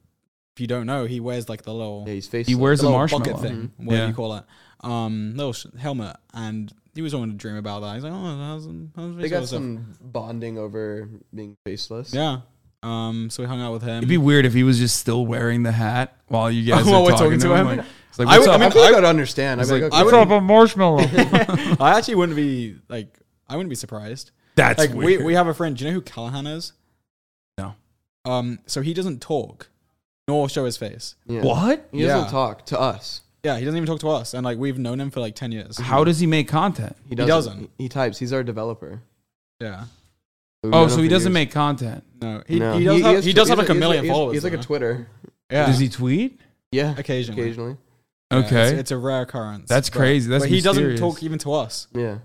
Speaker 3: if you don't know, he wears like the little
Speaker 2: Yeah, he's face.
Speaker 1: he wears a
Speaker 3: the little
Speaker 1: marshmallow.
Speaker 3: bucket thing,
Speaker 2: Mm-hmm.
Speaker 1: Mhm.
Speaker 3: whatever
Speaker 1: Yeah.
Speaker 3: you call it, um, little sh- helmet, and he was wanting to dream about that. He's like, oh, how's, how's
Speaker 2: They
Speaker 3: face
Speaker 2: got
Speaker 3: reveal stuff?"
Speaker 2: some bonding over being faceless.
Speaker 3: yeah. Um, so we hung out with him.
Speaker 1: It'd be weird if he was just still wearing the hat while you guys
Speaker 3: (laughs) While
Speaker 1: are
Speaker 3: we're
Speaker 1: talking, to him. Like, it's like,
Speaker 3: I
Speaker 1: what's
Speaker 3: would-
Speaker 1: up?
Speaker 3: I
Speaker 2: I,
Speaker 3: mean,
Speaker 2: feel like I would understand. I'd
Speaker 1: It's
Speaker 2: be like,
Speaker 1: like,
Speaker 2: okay,
Speaker 1: what's up, a marshmallow?
Speaker 3: (laughs)
Speaker 1: (laughs)
Speaker 3: I actually wouldn't be like, I wouldn't be surprised.
Speaker 1: That's
Speaker 3: like,
Speaker 1: weird.
Speaker 3: we we have a friend. Do you know who Callahan is?
Speaker 1: No.
Speaker 3: Um, so he doesn't talk, nor show his face.
Speaker 2: yeah.
Speaker 1: what?
Speaker 2: He doesn't
Speaker 3: Yeah.
Speaker 2: talk to us.
Speaker 3: Yeah, he doesn't even talk to us, and like we've known him for like ten years.
Speaker 1: How does he make content?
Speaker 2: He
Speaker 3: doesn't.
Speaker 2: doesn't. Oh, He, he types. He's our developer.
Speaker 3: Yeah.
Speaker 2: We've known
Speaker 1: Oh,
Speaker 2: him
Speaker 1: so he
Speaker 2: for
Speaker 1: doesn't
Speaker 2: years.
Speaker 1: make content.
Speaker 3: No, he,
Speaker 2: No.
Speaker 3: he does have,
Speaker 2: has
Speaker 3: he
Speaker 2: tw-
Speaker 3: does
Speaker 2: he's
Speaker 3: have like a
Speaker 2: he's
Speaker 3: million
Speaker 2: he's-
Speaker 3: followers.
Speaker 2: He's like a
Speaker 3: though.
Speaker 2: Twitter.
Speaker 3: Yeah.
Speaker 1: Does he tweet?
Speaker 2: Yeah,
Speaker 3: Occasionally.
Speaker 2: occasionally.
Speaker 3: Yeah,
Speaker 1: Okay.
Speaker 3: it's, it's a rare occurrence.
Speaker 1: That's crazy. That's
Speaker 3: but he doesn't
Speaker 1: mysterious.
Speaker 3: talk even to us.
Speaker 2: Yeah.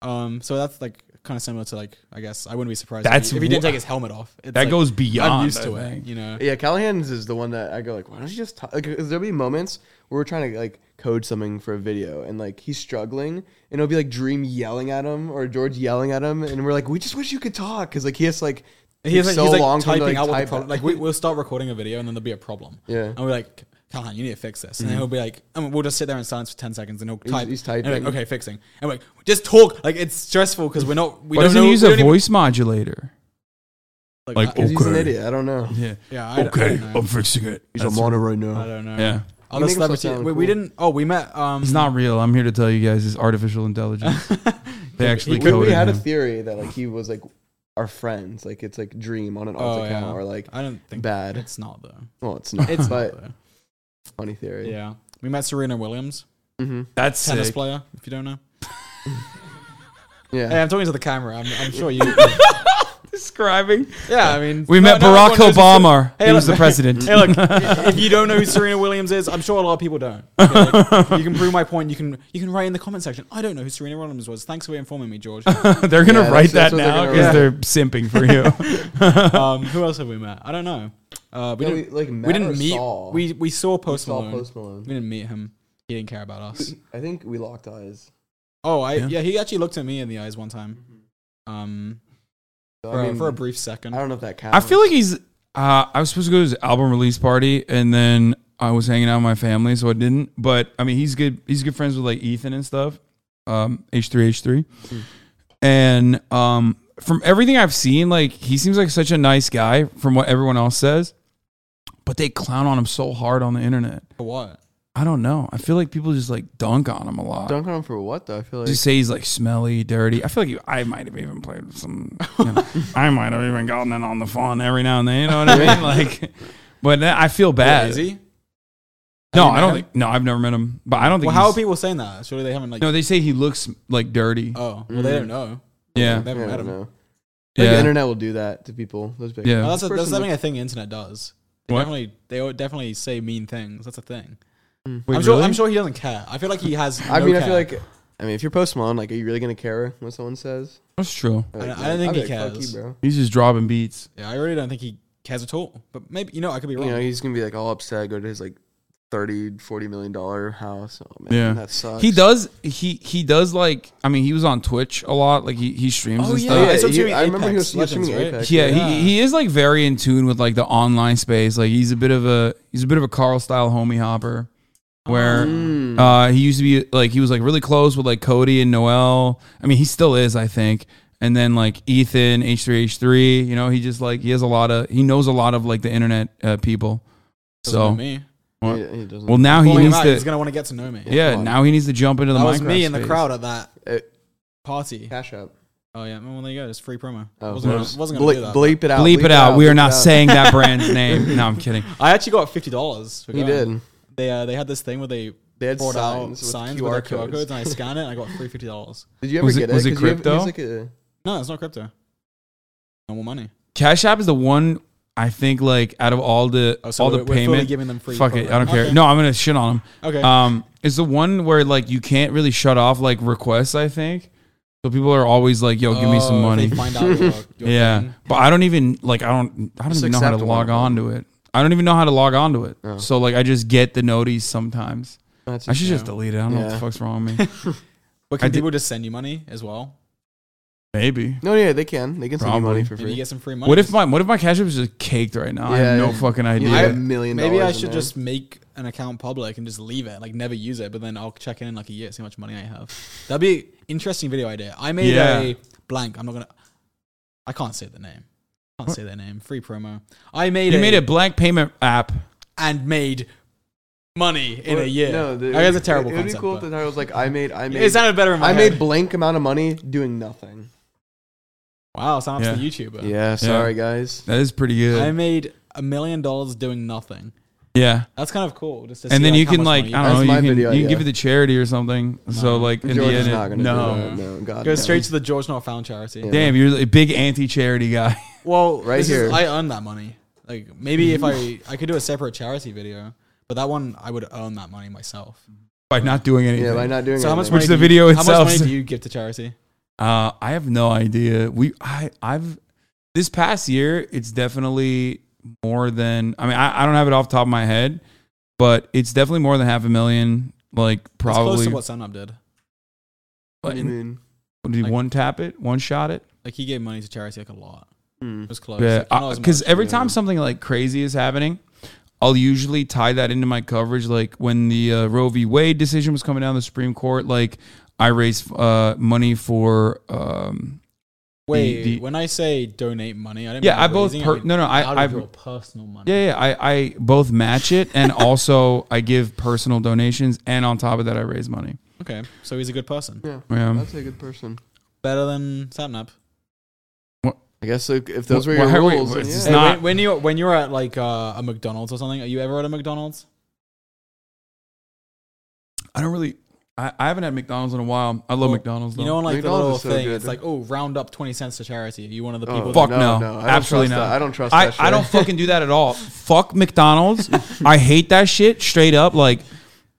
Speaker 3: Um, so that's like kind of similar to like I guess I wouldn't be surprised
Speaker 1: That's
Speaker 3: if he, if he didn't
Speaker 1: wha-
Speaker 3: take his helmet off. It's
Speaker 1: that
Speaker 3: like,
Speaker 1: goes beyond.
Speaker 3: I'm used
Speaker 1: I
Speaker 3: to it.
Speaker 1: think.
Speaker 3: You know.
Speaker 2: Yeah, Callahan's is the one that I go like, why don't you just talk? Like, 'cause there'll be moments where we're trying to like code something for a video, and like he's struggling, and it'll be like Dream yelling at him or George yelling at him, and we're like, we just wish you could talk, because like he has like
Speaker 3: He's like,
Speaker 2: so
Speaker 3: he's like
Speaker 2: long for him to,
Speaker 3: typing
Speaker 2: like,
Speaker 3: out what the
Speaker 2: type
Speaker 3: problem.
Speaker 2: it.
Speaker 3: Like we, we'll start recording a video and then there'll be a problem.
Speaker 2: Yeah.
Speaker 3: And we're like, Callahan, you need to fix this. And then he'll be like, and we'll just sit there in silence for ten seconds and he'll type.
Speaker 2: Mm-hmm. he's
Speaker 3: And we're
Speaker 2: typing.
Speaker 3: like, okay, fixing. And we're like, just talk. Like it's stressful because we're not. We
Speaker 1: Why
Speaker 3: don't
Speaker 1: doesn't
Speaker 3: know,
Speaker 1: he use
Speaker 3: we
Speaker 1: a
Speaker 3: don't even-
Speaker 1: voice modulator? like,
Speaker 3: I-
Speaker 2: Because he's an
Speaker 1: Okay.
Speaker 2: idiot. I don't know.
Speaker 1: Yeah.
Speaker 3: yeah. I, okay. I don't know.
Speaker 1: fixing it.
Speaker 2: He's on mono right
Speaker 3: I
Speaker 2: now.
Speaker 3: don't know.
Speaker 1: Yeah.
Speaker 3: Other
Speaker 2: make himself
Speaker 3: celebrity. We,
Speaker 2: sound
Speaker 3: we
Speaker 2: cool.
Speaker 3: didn't. Oh, we met. Um,
Speaker 1: He's not real. I'm here to tell you guys it's artificial
Speaker 3: (laughs)
Speaker 1: intelligence. They actually
Speaker 2: We, we
Speaker 1: coded
Speaker 2: had a
Speaker 1: him.
Speaker 2: theory that like he was like our friends, like it's like Dream on an alt
Speaker 3: Oh,
Speaker 2: account
Speaker 3: yeah.
Speaker 2: or like
Speaker 3: I don't think
Speaker 2: bad.
Speaker 3: it's not though.
Speaker 2: Well, it's not.
Speaker 3: It's
Speaker 2: but
Speaker 3: not though.
Speaker 2: funny theory.
Speaker 3: Yeah. We met Serena Williams,
Speaker 2: hmm
Speaker 1: That's
Speaker 3: tennis
Speaker 1: sick.
Speaker 3: player. If you don't know,
Speaker 2: Yeah.
Speaker 3: hey, I'm talking to the camera. I'm, I'm
Speaker 2: (laughs)
Speaker 3: sure you.
Speaker 1: Describing.
Speaker 3: yeah, I mean,
Speaker 1: We
Speaker 3: no-
Speaker 1: met
Speaker 3: no,
Speaker 1: Barack
Speaker 3: everyone knows who
Speaker 1: Obama.
Speaker 3: Hey,
Speaker 1: he
Speaker 3: look-
Speaker 1: was the president.
Speaker 3: Ser-
Speaker 1: (laughs)
Speaker 3: Hey, look, i- if you don't know who Serena Williams is, I'm sure a lot of people don't. Okay,
Speaker 1: (laughs)
Speaker 3: like, you can prove my point. You can you can write in the comment section. I don't know who Serena Williams was. Thanks for informing me, George.
Speaker 1: they're gonna
Speaker 2: Yeah,
Speaker 1: write
Speaker 2: that's- that's
Speaker 1: that
Speaker 2: what they're
Speaker 1: now
Speaker 2: gonna
Speaker 1: because
Speaker 2: write.
Speaker 1: they're simping for you. (laughs)
Speaker 3: (laughs) Um, who else have we met? I don't know. Uh, we
Speaker 2: No,
Speaker 3: didn't
Speaker 2: we, like,
Speaker 3: we
Speaker 2: met
Speaker 3: didn't
Speaker 2: or
Speaker 3: meet.
Speaker 2: saw.
Speaker 3: We we saw
Speaker 2: We
Speaker 3: Post
Speaker 2: saw
Speaker 3: Malone.
Speaker 2: Post Mm-hmm. Malone.
Speaker 3: We didn't meet him. He didn't care about us.
Speaker 2: I think we locked eyes.
Speaker 3: Oh, I
Speaker 1: Yeah.
Speaker 3: yeah. He actually looked at me in the eyes one time.
Speaker 2: Mm-hmm.
Speaker 3: Um,
Speaker 2: So,
Speaker 3: for,
Speaker 2: I
Speaker 3: a-
Speaker 2: mean,
Speaker 3: for a brief second.
Speaker 2: I don't know if that counts.
Speaker 1: I feel like he's. Uh, I was supposed to go to his album release party, and then I was hanging out with my family, so I didn't. But I mean, he's good. He's good friends with like Ethan and stuff. Um, H three H three,
Speaker 3: Hmm.
Speaker 1: and um, from everything I've seen, like he seems like such a nice guy. From what everyone else says, but they clown on him so hard on the internet.
Speaker 3: For what?
Speaker 1: I don't know. I feel like people just like dunk on him a lot.
Speaker 2: dunk on him for what though? I feel like
Speaker 1: Just say he's like smelly, dirty. I feel like you, I might have even played some. you
Speaker 3: (laughs)
Speaker 1: know, I might have even gotten in on the phone every now and then. You know what I mean? Like, but then I feel bad.
Speaker 3: Wait, is he?
Speaker 1: No,
Speaker 3: Have you
Speaker 1: I
Speaker 3: met
Speaker 1: don't
Speaker 3: him?
Speaker 1: think. No, I've never met him. But I don't think.
Speaker 3: Well, how are
Speaker 1: he's-
Speaker 3: people saying that? Surely they haven't like.
Speaker 1: No, Mm-hmm. they say he looks like dirty.
Speaker 3: oh, well, they don't know.
Speaker 1: yeah,
Speaker 3: They
Speaker 2: I
Speaker 3: haven't met
Speaker 2: don't
Speaker 3: him.
Speaker 2: know. Like, the
Speaker 1: yeah.
Speaker 2: internet will do that to people. Those big
Speaker 1: Yeah.
Speaker 3: Well, that's a,
Speaker 2: This
Speaker 3: that's
Speaker 2: person
Speaker 3: something I think the internet does. They
Speaker 1: What?
Speaker 3: definitely they would definitely say mean things. That's a thing.
Speaker 1: Wait,
Speaker 3: I'm sure.
Speaker 1: really?
Speaker 3: I'm sure he doesn't care. I feel like he has.
Speaker 2: I
Speaker 3: no
Speaker 2: mean, I
Speaker 3: care.
Speaker 2: feel like. I mean, if you're Post Malone, like, are you really gonna care what someone says?
Speaker 1: that's true.
Speaker 2: Like,
Speaker 3: don't- I don't think
Speaker 2: I'd
Speaker 3: he
Speaker 2: be like, Fuck
Speaker 3: cares.
Speaker 2: you, bro.
Speaker 1: He's just dropping beats.
Speaker 3: Yeah, I really don't think he cares at all. But maybe you know, I could be
Speaker 2: You
Speaker 3: wrong.
Speaker 2: know, he's gonna be like all upset, go to his like 30, 40 million dollar house. Oh man,
Speaker 1: Yeah.
Speaker 2: that
Speaker 3: Uh,
Speaker 2: sucks.
Speaker 1: He does. He he does like. I mean, he was on Twitch a lot. Like he he streams
Speaker 3: Oh,
Speaker 1: and
Speaker 3: yeah.
Speaker 1: stuff.
Speaker 2: Yeah,
Speaker 3: I
Speaker 2: I,
Speaker 3: saw him
Speaker 2: you,
Speaker 3: streaming
Speaker 2: I remember he was
Speaker 3: Apex
Speaker 2: streaming
Speaker 3: Legends, right?
Speaker 2: Apex.
Speaker 1: yeah,
Speaker 3: Yeah.
Speaker 1: He, he is like very in tune with like the online space. Like he's a bit of a he's a bit of a Carl style homie hopper, where
Speaker 2: Mm.
Speaker 3: Oh.
Speaker 1: uh, he used to be like he was like really close with like Cody and Noel. I mean, he still is, I think. And then like Ethan H three H three, you know, he just like he has a lot of he knows a lot of like the internet uh, people.
Speaker 3: Doesn't know
Speaker 1: So
Speaker 3: me.
Speaker 1: What?
Speaker 2: He- he doesn't-
Speaker 1: well now he
Speaker 3: Calling him
Speaker 1: needs
Speaker 3: out,
Speaker 1: to
Speaker 3: he's gonna want to get to know me.
Speaker 1: yeah
Speaker 2: Come on.
Speaker 1: now he needs to jump into the
Speaker 3: that was
Speaker 1: Minecraft
Speaker 3: me in the
Speaker 1: space.
Speaker 3: crowd at that
Speaker 2: Uh,
Speaker 3: party.
Speaker 2: cash up.
Speaker 3: Oh yeah, well there you go. It's free promo.
Speaker 2: Oh.
Speaker 3: wasn't gonna,
Speaker 1: Yeah.
Speaker 3: wasn't gonna do
Speaker 2: Bleep,
Speaker 3: that.
Speaker 2: bleep it out.
Speaker 1: Bleep it out. We
Speaker 2: bleep
Speaker 1: are not
Speaker 2: out.
Speaker 1: saying
Speaker 3: (laughs)
Speaker 1: that brand's name. No, I'm kidding.
Speaker 3: I actually got fifty dollars.
Speaker 2: He did.
Speaker 3: They uh, they had this thing where they
Speaker 2: They had
Speaker 3: brought out
Speaker 2: signs,
Speaker 3: signs
Speaker 2: with QR,
Speaker 3: with their QR
Speaker 2: codes.
Speaker 3: codes, and I scanned it, and I got
Speaker 2: (laughs)
Speaker 3: three fifty dollars.
Speaker 2: Did you ever
Speaker 1: Was it-
Speaker 2: get it?
Speaker 1: was it
Speaker 2: 'Cause you have- uh,
Speaker 1: crypto?
Speaker 2: it's like a-
Speaker 3: No, it's not crypto. Normal money.
Speaker 1: Cash App is the one I think like out of all the
Speaker 3: Oh, so
Speaker 1: all
Speaker 3: we're,
Speaker 1: the
Speaker 3: we're fully
Speaker 1: payment.
Speaker 3: giving them free.
Speaker 1: Fuck it, I don't
Speaker 3: program.
Speaker 1: care.
Speaker 3: Okay.
Speaker 1: No, I'm gonna shit on them.
Speaker 3: Okay.
Speaker 1: Um, it's the one where like you can't really shut off like requests. I think so. People are always like, "Yo, give me
Speaker 3: Oh,
Speaker 1: some
Speaker 3: if
Speaker 1: money."
Speaker 3: They find out your,
Speaker 1: (laughs)
Speaker 3: your
Speaker 1: Yeah,
Speaker 3: thing.
Speaker 1: but I don't even like. I don't. I don't
Speaker 2: Just
Speaker 1: even know how to
Speaker 2: accept
Speaker 1: log
Speaker 2: one.
Speaker 1: on to it. I don't even know how to log on to it.
Speaker 2: Oh.
Speaker 1: So like, I just get the notice sometimes.
Speaker 2: That's
Speaker 1: I should just
Speaker 3: Yeah.
Speaker 1: delete it. I don't know what the
Speaker 2: Yeah.
Speaker 1: fuck's wrong
Speaker 2: (laughs)
Speaker 1: with me.
Speaker 3: But can
Speaker 1: I did-
Speaker 3: people just send you money as well?
Speaker 1: Maybe.
Speaker 2: no, yeah, they can. They can send you money
Speaker 1: Probably.
Speaker 2: for
Speaker 3: Maybe you
Speaker 2: free.
Speaker 3: get some free money.
Speaker 1: What if my What if my cash app is just caked right now? I
Speaker 2: Yeah,
Speaker 1: have no
Speaker 2: yeah.
Speaker 1: fucking
Speaker 2: You
Speaker 1: idea.
Speaker 2: have a million.
Speaker 3: Maybe I
Speaker 2: dollars in
Speaker 3: should
Speaker 2: there.
Speaker 3: just make an account public and just leave it, like never use it. But then I'll check in in like a year, see how much money I have. That'd be interesting video idea. I made
Speaker 1: Yeah.
Speaker 3: a blank. I'm not gonna. I can't say the name. Can't say their name. Free promo. I made
Speaker 1: you
Speaker 3: a,
Speaker 1: made a blank payment app.
Speaker 3: and made money in a
Speaker 2: Or-
Speaker 3: year.
Speaker 2: No, the,
Speaker 3: I guess it's a terrible
Speaker 2: It would be
Speaker 3: concept.
Speaker 2: cool if
Speaker 3: but-
Speaker 2: the title was like, "I made, I made,
Speaker 3: it sounded better in my
Speaker 2: I
Speaker 3: head.
Speaker 2: made blank amount of money doing nothing."
Speaker 3: wow, sounds like
Speaker 1: Yeah.
Speaker 3: a YouTuber.
Speaker 2: Yeah, sorry guys.
Speaker 1: That is pretty good.
Speaker 3: I made a million dollars doing nothing.
Speaker 1: yeah,
Speaker 3: That's kind of cool. Just to see,
Speaker 1: and then you
Speaker 3: how
Speaker 1: can
Speaker 3: much
Speaker 1: like
Speaker 3: money you
Speaker 1: I
Speaker 3: have.
Speaker 1: don't know.
Speaker 2: That's my
Speaker 1: You can
Speaker 2: video
Speaker 1: you can give it
Speaker 2: idea.
Speaker 1: to charity or something. So
Speaker 3: No.
Speaker 1: like in
Speaker 2: George
Speaker 1: the
Speaker 2: is
Speaker 1: end,
Speaker 2: not
Speaker 1: it-
Speaker 2: gonna
Speaker 1: no.
Speaker 2: do that. No, God.
Speaker 3: Go
Speaker 2: no.
Speaker 3: straight to the George Not Found charity.
Speaker 2: Yeah.
Speaker 1: Damn, you're a big anti-charity guy. (laughs)
Speaker 3: Well,
Speaker 2: Right
Speaker 3: this is-
Speaker 2: here.
Speaker 3: I earn that money. Like maybe
Speaker 2: (laughs)
Speaker 3: if I I could do a separate charity video, but that one I would earn that money myself.
Speaker 1: by not doing anything.
Speaker 2: Yeah, by not doing
Speaker 3: So how much
Speaker 2: anything.
Speaker 1: Which
Speaker 3: money
Speaker 1: the
Speaker 3: do you-
Speaker 1: video
Speaker 3: How
Speaker 1: itself-
Speaker 3: much
Speaker 1: (laughs)
Speaker 3: money do you give to charity?
Speaker 1: Uh, I have no idea. We, I, I've this past year, it's definitely more than. I mean, I, I don't have it off the top of my head, but it's definitely more than half a million. Like
Speaker 3: That's close
Speaker 1: probably,
Speaker 3: to what Sunup did.
Speaker 2: What do you
Speaker 1: like,
Speaker 2: mean?
Speaker 1: did
Speaker 3: Like-
Speaker 1: one tap it, one shot it.
Speaker 3: Like he gave money to charity like a lot.
Speaker 2: Hmm.
Speaker 3: It was close.
Speaker 1: Yeah,
Speaker 3: Like, not as
Speaker 1: because
Speaker 3: much.
Speaker 1: every
Speaker 2: yeah.
Speaker 1: time something like crazy is happening, I'll usually tie that into my coverage. Like when the uh, Roe v. Wade decision was coming down the Supreme Court, like I raised uh, money for. Um,
Speaker 3: Wait,
Speaker 1: the-
Speaker 3: when I say donate money, I don't.
Speaker 1: yeah,
Speaker 3: mean
Speaker 1: I both.
Speaker 3: raising it,
Speaker 1: Per-
Speaker 3: mean
Speaker 1: no, no,
Speaker 3: out
Speaker 1: I,
Speaker 3: of
Speaker 1: I
Speaker 3: your personal money.
Speaker 1: Yeah, yeah. I, I both match it
Speaker 3: (laughs)
Speaker 1: and also I give personal donations and on top of that I raise money.
Speaker 3: Okay, so he's a good person.
Speaker 2: Yeah,
Speaker 1: Yeah.
Speaker 2: that's a good person.
Speaker 3: Better than Satnap.
Speaker 2: I guess so, if those were
Speaker 1: Why
Speaker 2: your
Speaker 1: are we-
Speaker 2: rules, then
Speaker 1: it's Hey,
Speaker 2: yeah.
Speaker 1: not-
Speaker 3: when, when you when you're at like uh, a McDonald's or something, are you ever at a McDonald's?
Speaker 1: I don't really I, I haven't had McDonald's in a while. I love
Speaker 3: Well,
Speaker 1: McDonald's though.
Speaker 3: You know, on, like
Speaker 2: McDonald's
Speaker 3: the
Speaker 2: is so
Speaker 3: little thing,
Speaker 2: good.
Speaker 3: it's like, oh, round up twenty cents to charity. Are you one of the
Speaker 2: Oh,
Speaker 3: people?
Speaker 1: Fuck
Speaker 3: that-
Speaker 1: no.
Speaker 2: I don't
Speaker 1: Absolutely
Speaker 2: trust
Speaker 1: not.
Speaker 2: that. I don't trust.
Speaker 1: I,
Speaker 2: that
Speaker 1: I don't
Speaker 2: shit.
Speaker 1: fucking do that at all. Fuck McDonald's. I hate that shit straight up. Like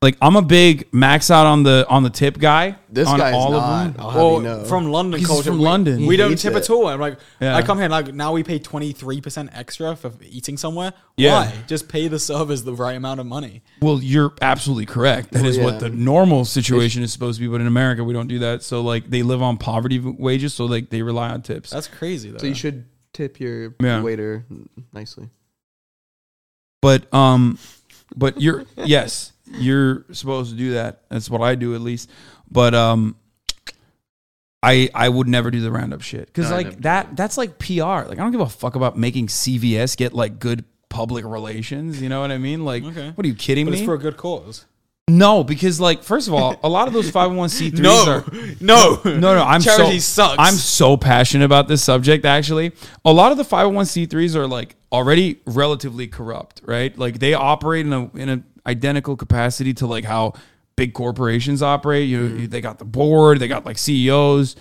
Speaker 1: like I'm a big max out on the on the tip guy.
Speaker 2: This
Speaker 1: on
Speaker 2: guy's
Speaker 1: all
Speaker 2: not.
Speaker 1: of them.
Speaker 2: I'll have
Speaker 3: Well,
Speaker 2: you know.
Speaker 3: from London
Speaker 1: He's
Speaker 3: culture,
Speaker 1: from
Speaker 3: we,
Speaker 1: London.
Speaker 3: we
Speaker 2: He
Speaker 3: don't
Speaker 2: hates
Speaker 3: tip
Speaker 2: it.
Speaker 3: at all. I'm like,
Speaker 1: Yeah.
Speaker 3: I come here like now we pay twenty three percent extra for eating somewhere.
Speaker 1: Yeah.
Speaker 3: Why? Just pay the servers the right amount of money.
Speaker 1: Well, you're absolutely correct. That
Speaker 2: Well,
Speaker 1: is
Speaker 2: Oh, yeah.
Speaker 1: what the normal situation is supposed to be, but in America we don't do that. So like they live on poverty wages, so like they rely on tips.
Speaker 3: That's crazy though.
Speaker 2: So you should tip your
Speaker 1: Yeah.
Speaker 2: waiter nicely.
Speaker 1: but um but you're yes you're supposed to do that that's what i do at least but um i i would never do the roundup shit because
Speaker 2: No, I never
Speaker 1: like
Speaker 2: do
Speaker 1: that that's like pr like i don't give a fuck about making cvs get like good public relations you know what i mean like
Speaker 3: Okay.
Speaker 1: what are you kidding
Speaker 3: but it's
Speaker 1: me
Speaker 3: for a good cause.
Speaker 1: no because like first of all a lot of those 501c3s are
Speaker 3: (laughs) no,
Speaker 1: no, no, I'm
Speaker 3: charity
Speaker 1: so,
Speaker 3: sucks.
Speaker 1: I'm so passionate about this subject. Actually, a lot of the 501c3s are like already relatively corrupt, right? Like they operate in a in an identical capacity to like how big corporations operate. You they got the board, they got like CEOs,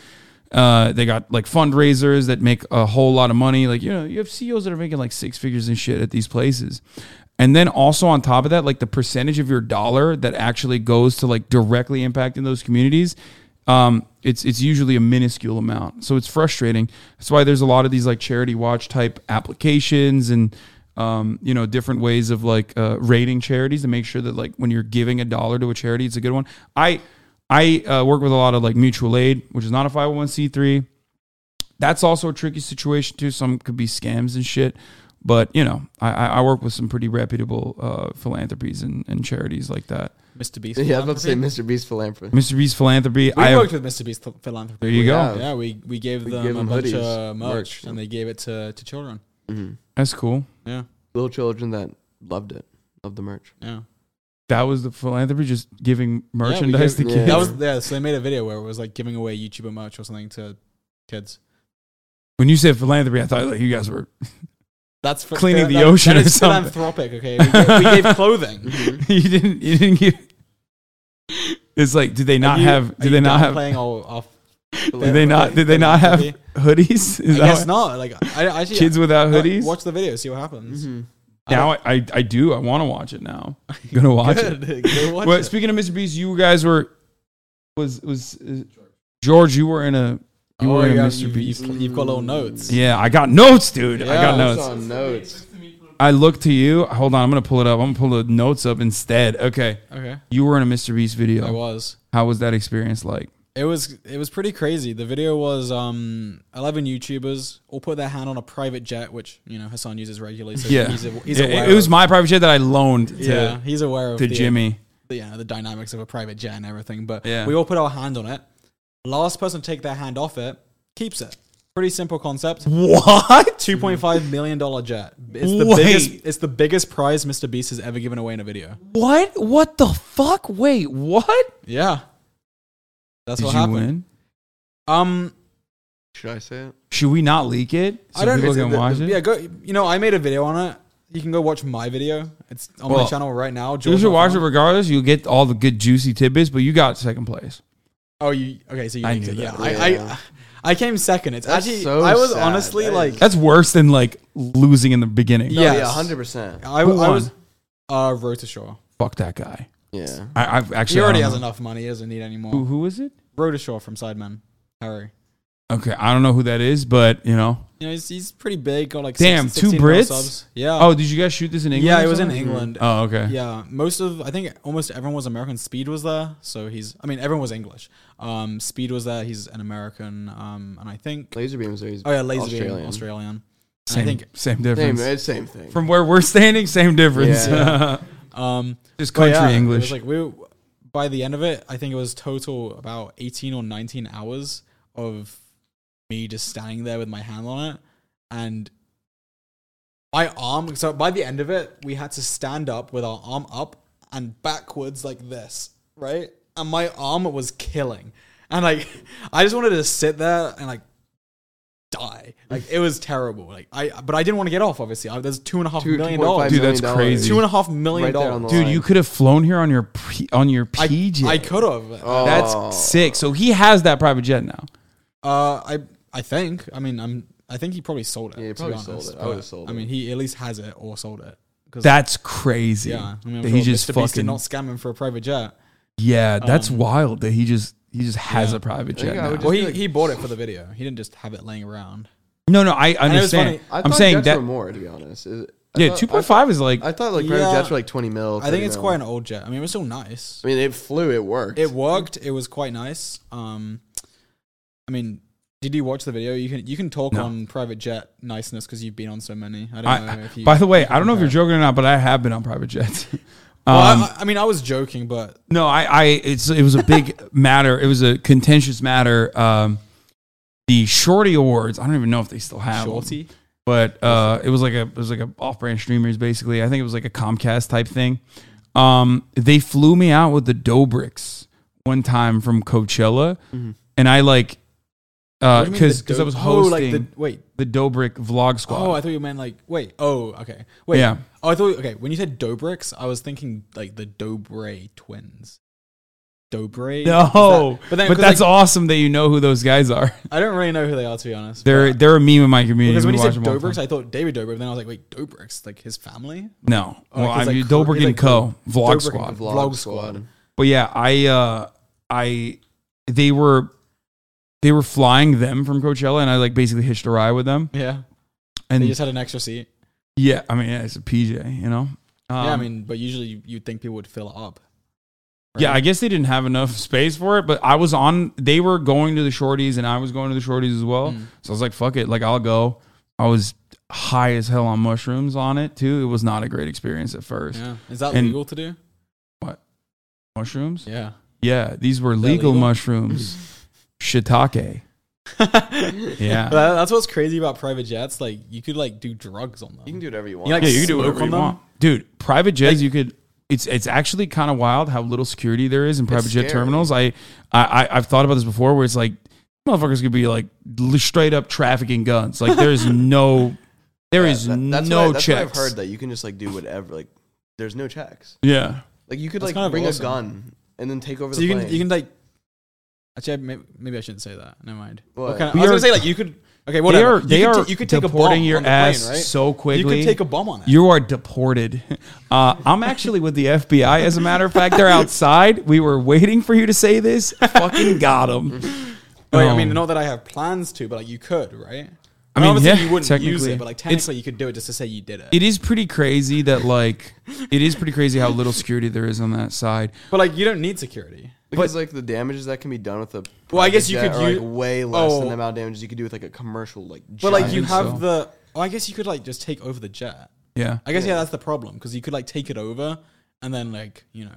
Speaker 1: uh, they got like fundraisers that make a whole lot of money. Like you know, you have CEOs that are making like six figures and shit at these places. And then also on top of that, like the percentage of your dollar that actually goes to like directly impacting those communities um, it's it's usually a minuscule amount. So it's frustrating. That's why there's a lot of these like charity watch type applications and um, you know different ways of like uh, rating charities to make sure that like when you're giving a dollar to a charity, it's a good one. I I uh, work with a lot of like mutual aid, which is not a 501c3. That's also a tricky situation too. Some could be scams and shit. But you know, I, I I work with some pretty reputable uh, philanthropies and, and charities like that.
Speaker 3: Mr. Beast.
Speaker 2: Yeah, I was about to say
Speaker 3: philanthropy.
Speaker 2: Mr. Beast philanthropy.
Speaker 1: Mr. Beast Philanthropy.
Speaker 3: We
Speaker 1: I
Speaker 3: worked with Mr. Beast Phil- philanthropy.
Speaker 1: there you
Speaker 2: We
Speaker 1: go.
Speaker 2: have.
Speaker 3: Yeah, we, we gave
Speaker 2: We
Speaker 3: them
Speaker 2: gave
Speaker 3: a
Speaker 2: them
Speaker 3: bunch
Speaker 2: hoodies,
Speaker 3: of merch,
Speaker 2: merch,
Speaker 3: and they gave it to, to children.
Speaker 2: Mhm.
Speaker 1: That's cool.
Speaker 3: Yeah,
Speaker 2: Little children that loved it, loved the merch.
Speaker 3: yeah.
Speaker 1: That was the philanthropy, just giving merchandise
Speaker 3: gave-
Speaker 1: to
Speaker 2: yeah.
Speaker 1: kids,
Speaker 3: That was yeah. So they made a video where it was like giving away YouTuber merch or something to kids.
Speaker 1: When you said philanthropy, I thought like, you guys were. (laughs)
Speaker 3: That's for,
Speaker 1: Cleaning the
Speaker 3: that-
Speaker 1: ocean
Speaker 3: that
Speaker 1: or
Speaker 3: is
Speaker 1: something. (laughs) Mm-hmm.
Speaker 3: Philanthropic, okay. We gave, we gave clothing.
Speaker 1: you didn't. You didn't give. It's like, did they not
Speaker 3: You-
Speaker 1: have?
Speaker 3: are
Speaker 1: Did
Speaker 3: you
Speaker 1: they not have?
Speaker 3: downplaying or off?
Speaker 1: Did they not? (laughs) Did they not have hoodies? (laughs) Is
Speaker 3: I
Speaker 1: that
Speaker 3: guess
Speaker 1: what-
Speaker 3: not. Like I, I actually
Speaker 1: kids without
Speaker 3: like,
Speaker 1: hoodies? Mm-hmm.
Speaker 3: Watch the video, see what happens.
Speaker 1: now I, I, I do. I want to watch it
Speaker 3: (laughs)
Speaker 1: now. I'm gonna watch it.
Speaker 3: Good. Go watch
Speaker 1: Well,
Speaker 3: it.
Speaker 1: speaking of Mr. Beast, you guys were was was uh, George. You were in a you
Speaker 3: Oh,
Speaker 1: were in
Speaker 3: yeah,
Speaker 1: a Mr.
Speaker 3: you've-
Speaker 1: Beast.
Speaker 3: You've, you've got little notes.
Speaker 1: Yeah, I got notes, dude. I got
Speaker 3: Yeah.
Speaker 1: notes.
Speaker 2: on notes.
Speaker 1: I look to you. Hold on, I'm gonna pull it up. I'm gonna pull the notes up instead. Okay,
Speaker 3: Okay.
Speaker 1: you were in a Mr. Beast
Speaker 3: I
Speaker 1: video.
Speaker 3: was.
Speaker 1: How was that experience like?
Speaker 3: It was it was pretty crazy. The video was um, eleven YouTubers all put their hand on a private jet, which you know Hassan uses regularly. So
Speaker 1: Yeah,
Speaker 3: he's, a, he's
Speaker 1: Yeah,
Speaker 3: aware.
Speaker 1: it, it was
Speaker 3: of,
Speaker 1: my private jet that I loaned to
Speaker 3: yeah. He's aware of
Speaker 1: to
Speaker 3: the,
Speaker 1: Jimmy.
Speaker 3: the, yeah, the dynamics of a private jet and everything. But
Speaker 1: Yeah.
Speaker 3: we all put our hand on it. Last person to take their hand off it keeps it. Pretty simple concept.
Speaker 1: What?
Speaker 3: Two point five million dollar jet. It's the
Speaker 1: Wait.
Speaker 3: biggest. It's the biggest prize Mr. Beast has ever given away in a video.
Speaker 1: What? What the fuck? Wait, what?
Speaker 3: Yeah, that's
Speaker 1: Did
Speaker 3: what
Speaker 1: you
Speaker 3: happened.
Speaker 1: win?
Speaker 3: Um,
Speaker 2: Should I say it?
Speaker 1: Should we not leak it so
Speaker 3: I don't
Speaker 1: people
Speaker 3: it's-
Speaker 1: can
Speaker 3: the-
Speaker 1: watch
Speaker 3: the-
Speaker 1: it?
Speaker 3: Yeah, go. You know, I made a video on it. You can go watch my video. It's on my
Speaker 1: Well,
Speaker 3: channel right now.
Speaker 1: you
Speaker 3: George
Speaker 1: should watch it
Speaker 3: Alfano.
Speaker 1: regardless. You'll get all the good juicy tidbits, but you got second place.
Speaker 3: Oh, you okay? So you
Speaker 1: I
Speaker 3: linked
Speaker 1: knew
Speaker 3: it. Yeah,
Speaker 1: that.
Speaker 3: I,
Speaker 2: Yeah.
Speaker 3: I, I came second. It's
Speaker 2: That's
Speaker 3: actually
Speaker 2: so
Speaker 3: I was
Speaker 2: sad.
Speaker 3: honestly
Speaker 2: That is-
Speaker 3: like
Speaker 1: That's worse than like losing in the beginning.
Speaker 3: Yeah. Yes.
Speaker 2: Yeah, hundred percent.
Speaker 3: I,
Speaker 1: Who
Speaker 3: I
Speaker 1: won?
Speaker 3: was uh Rotashaw.
Speaker 1: Fuck that guy.
Speaker 2: Yeah.
Speaker 1: I, I've actually
Speaker 3: He already
Speaker 1: I don't
Speaker 3: has
Speaker 1: know.
Speaker 3: enough money. He doesn't need any
Speaker 1: Who,
Speaker 3: more.
Speaker 1: who is it?
Speaker 3: Rotashaw from Sidemen. Harry.
Speaker 1: Okay, I don't know who that is, but you know.
Speaker 3: You know, he's, he's pretty big. Got like
Speaker 1: Damn,
Speaker 3: 16
Speaker 1: two
Speaker 3: mil
Speaker 1: Brits?
Speaker 3: Subs. Yeah.
Speaker 1: Oh, did you guys shoot this in England?
Speaker 3: Uh, yeah.
Speaker 1: or
Speaker 3: It was in
Speaker 1: something?
Speaker 3: England.
Speaker 1: Oh, okay.
Speaker 3: Yeah, most of I think almost everyone was American. Speed was there, so he's. I mean, everyone was English. Um, Speed was there. He's an American. Um, and I think
Speaker 2: Laser beams. Are
Speaker 3: oh yeah, Laser
Speaker 2: Australian.
Speaker 3: Australian. Beam, Australian. And
Speaker 1: Same,
Speaker 3: I think
Speaker 1: same
Speaker 2: Same.
Speaker 1: difference.
Speaker 2: It's same thing.
Speaker 1: From where we're standing, same difference.
Speaker 2: Yeah.
Speaker 3: um,
Speaker 1: (laughs) Just
Speaker 3: but
Speaker 1: country
Speaker 3: yeah, it
Speaker 1: English.
Speaker 3: was like we. were- By the end of it, I think it was total about eighteen or nineteen hours of me just standing there with my hand on it, and my arm. So by the end of it, we had to stand up with our arm up and backwards like this, right? And my arm was killing, and like (laughs) I just wanted to sit there and like die. Like it was terrible. Like I, but I didn't want to get off. Obviously, I, there's two and a half
Speaker 2: Two-
Speaker 3: million
Speaker 2: $2.5
Speaker 3: dollars.
Speaker 1: Dude, that's
Speaker 2: million
Speaker 1: crazy.
Speaker 3: Two and a half million
Speaker 2: Right there on
Speaker 3: dollars.
Speaker 2: the
Speaker 1: Dude,
Speaker 2: line.
Speaker 1: you could have flown here on your pre- on your
Speaker 3: I,
Speaker 1: PJ.
Speaker 3: I could have.
Speaker 2: Oh.
Speaker 1: That's sick. So he has that private jet now.
Speaker 3: Uh, I I think. I mean, I'm. I think he probably sold it.
Speaker 2: Yeah, he
Speaker 3: to be
Speaker 2: probably sold
Speaker 3: honest,
Speaker 2: it. I
Speaker 3: but,
Speaker 2: would've sold
Speaker 3: I
Speaker 2: it.
Speaker 3: mean, he at least has it or sold it. 'Cause,
Speaker 1: That's crazy.
Speaker 3: yeah. I mean, I'm
Speaker 1: that
Speaker 3: sure
Speaker 1: he just
Speaker 3: Mr. Beast did
Speaker 1: fucking
Speaker 3: not scam him for a private jet.
Speaker 1: yeah. That's
Speaker 3: Um,
Speaker 1: wild that he just he just has
Speaker 3: yeah.
Speaker 1: a private
Speaker 2: I think
Speaker 1: jet.
Speaker 2: I would
Speaker 1: now.
Speaker 2: just
Speaker 3: Well, he,
Speaker 2: like-
Speaker 3: he bought it for the video. He didn't just have it laying around.
Speaker 1: no, no, I
Speaker 3: it was
Speaker 1: understand.
Speaker 3: funny.
Speaker 2: I
Speaker 1: I'm
Speaker 2: thought
Speaker 1: saying
Speaker 2: jets
Speaker 1: that.
Speaker 2: were more to be honest. Is it- I
Speaker 1: yeah,
Speaker 2: thought-
Speaker 1: two point five is like
Speaker 2: I thought like private
Speaker 3: Yeah.
Speaker 2: jets were like twenty mil.
Speaker 3: I think
Speaker 2: 30
Speaker 3: it's
Speaker 2: mil.
Speaker 3: quite an old jet. I mean, it was still nice.
Speaker 2: I mean, it flew. It worked.
Speaker 3: It worked. It was quite nice. Um, I mean, did you watch the video? You can you can talk
Speaker 1: No.
Speaker 3: on private jet niceness because you've been on so many. I don't
Speaker 1: I-
Speaker 3: know if you.
Speaker 1: By the way,
Speaker 3: if you
Speaker 1: I don't know if you're
Speaker 3: compare.
Speaker 1: joking or not, but I have been on private jets. (laughs) Um,
Speaker 3: Well, I- I, I mean, I was joking, but
Speaker 1: no, I, I, it's it was a big (laughs) matter. It was a contentious matter. Um, the Shorty Awards. I don't even know if they still have them,
Speaker 3: shorty.
Speaker 1: but uh, it was like a it was like a off-brand streamers basically. I think it was like a Comcast type thing. Um, they flew me out with the Dobricks one time from Coachella,
Speaker 2: Mhm.
Speaker 1: and I like
Speaker 3: Mm-hmm. What do you mean
Speaker 1: because
Speaker 3: the
Speaker 1: because uh, I
Speaker 3: dope-
Speaker 1: was
Speaker 3: Oh,
Speaker 1: hosting
Speaker 3: like the, wait.
Speaker 1: the, Dobrik Vlog Squad.
Speaker 3: Oh, I thought you meant like wait. Oh, okay. Wait.
Speaker 1: Yeah.
Speaker 3: Oh, I thought okay. When you said Dobricks, I was thinking like the Dobre twins. Dobre.
Speaker 1: no,
Speaker 3: Is that- but then,
Speaker 1: but that's awesome that you know who those guys are. (laughs)
Speaker 3: I don't really know who they are to be honest.
Speaker 1: They're
Speaker 3: but-
Speaker 1: they're a meme in my community.
Speaker 3: because when
Speaker 1: We
Speaker 3: you
Speaker 1: watch
Speaker 3: said
Speaker 1: them all the
Speaker 3: Dobricks,
Speaker 1: time.
Speaker 3: I thought David Dobrik. But then I was like, wait, Dobricks, like his family?
Speaker 1: no,
Speaker 3: Oh,
Speaker 1: well, I
Speaker 3: because, like,
Speaker 1: mean,
Speaker 3: Kurt-
Speaker 1: Dobrik
Speaker 3: he's
Speaker 1: and
Speaker 3: like
Speaker 1: Co. Vlog
Speaker 3: Dobrik
Speaker 1: Squad.
Speaker 3: and Co. Vlog Squad.
Speaker 1: But yeah, I uh, I they were they were flying them from Coachella, and I like basically hitched a ride with them.
Speaker 3: Yeah.
Speaker 1: And
Speaker 3: they just had an extra seat.
Speaker 1: yeah, I mean, yeah, it's a PJ, you know. Um,
Speaker 3: yeah, I mean, but usually you- you'd think people would fill it up.
Speaker 1: yeah, I guess they didn't have enough space for it, but I was on. They were going to the shorties, and I was going to the shorties as well.
Speaker 3: Mm.
Speaker 1: So I was like, "Fuck it, like I'll go." I was high as hell on mushrooms on it too. It was not a great experience at first.
Speaker 3: Yeah. Is that
Speaker 1: And-
Speaker 3: legal to do?
Speaker 1: Mushrooms? (laughs)
Speaker 3: Yeah.
Speaker 1: Yeah, these were
Speaker 3: that
Speaker 1: legal
Speaker 3: legal? (clears throat)
Speaker 1: mushrooms. Shiitake.
Speaker 3: But
Speaker 1: (laughs) Yeah.
Speaker 3: that- that's what's crazy about private jets. Like you could like do drugs on them.
Speaker 2: You can do whatever you want.
Speaker 3: You like
Speaker 1: yeah, you can do
Speaker 3: smoke
Speaker 1: whatever
Speaker 3: on
Speaker 1: you
Speaker 3: them?
Speaker 1: want. Dude, private jets, you could it's it's actually kind of wild how little security there is in private jet
Speaker 2: scary.
Speaker 1: terminals. I, I I- I've thought about this before where it's like motherfuckers could be like l- straight up trafficking guns. Like there's no there
Speaker 2: Yeah,
Speaker 1: is
Speaker 2: that- that's
Speaker 1: no
Speaker 2: what I- that's what
Speaker 1: checks.
Speaker 2: I've heard that you can just like do whatever. Like, there's no checks.
Speaker 1: Yeah.
Speaker 2: Like you could
Speaker 3: That's
Speaker 2: like
Speaker 3: kind of
Speaker 2: bring
Speaker 3: awesome.
Speaker 2: a gun and then take over
Speaker 3: So
Speaker 2: the
Speaker 3: you
Speaker 2: plane.
Speaker 3: can you can like. Actually, I- may- maybe I shouldn't say that. Never mind.
Speaker 2: What?
Speaker 3: What kind of,
Speaker 1: We
Speaker 3: I was
Speaker 1: are-
Speaker 3: gonna say like you could. Okay,
Speaker 1: They
Speaker 3: whatever.
Speaker 1: are they
Speaker 3: you could
Speaker 1: are
Speaker 3: ta- you could take a bomb
Speaker 1: deporting your
Speaker 3: on the
Speaker 1: ass
Speaker 3: plane, right?
Speaker 1: so quickly.
Speaker 3: You could take a bomb on it.
Speaker 1: You are deported. (laughs) Uh, I'm actually with the FBI. As a matter of fact, they're outside. We were waiting for you to say this. Fucking got him.
Speaker 3: Like, I mean, not that I have plans to, but like you could, right?
Speaker 1: I
Speaker 3: And
Speaker 1: mean,
Speaker 3: obviously
Speaker 1: yeah,
Speaker 3: you wouldn't use
Speaker 1: technically.
Speaker 3: it, but like
Speaker 1: It's-
Speaker 3: technically you could do it just to say you did it.
Speaker 1: It is pretty crazy that like it is pretty crazy how little security there is on that side.
Speaker 3: But like you don't need security.
Speaker 2: because like the damages that can be done with a
Speaker 3: Well, I guess
Speaker 2: private
Speaker 3: you
Speaker 2: jet
Speaker 3: could
Speaker 2: are,
Speaker 3: use-
Speaker 2: like way less than
Speaker 3: Oh.
Speaker 2: the amount of damages you could do with like a commercial like.
Speaker 3: But
Speaker 1: I
Speaker 3: like
Speaker 2: (laughs)
Speaker 3: you
Speaker 1: think
Speaker 3: have
Speaker 1: so.
Speaker 3: the. Oh, I guess you could like just take over the jet.
Speaker 1: Yeah.
Speaker 3: I guess yeah, that's the problem because you could like take it over and then like you know.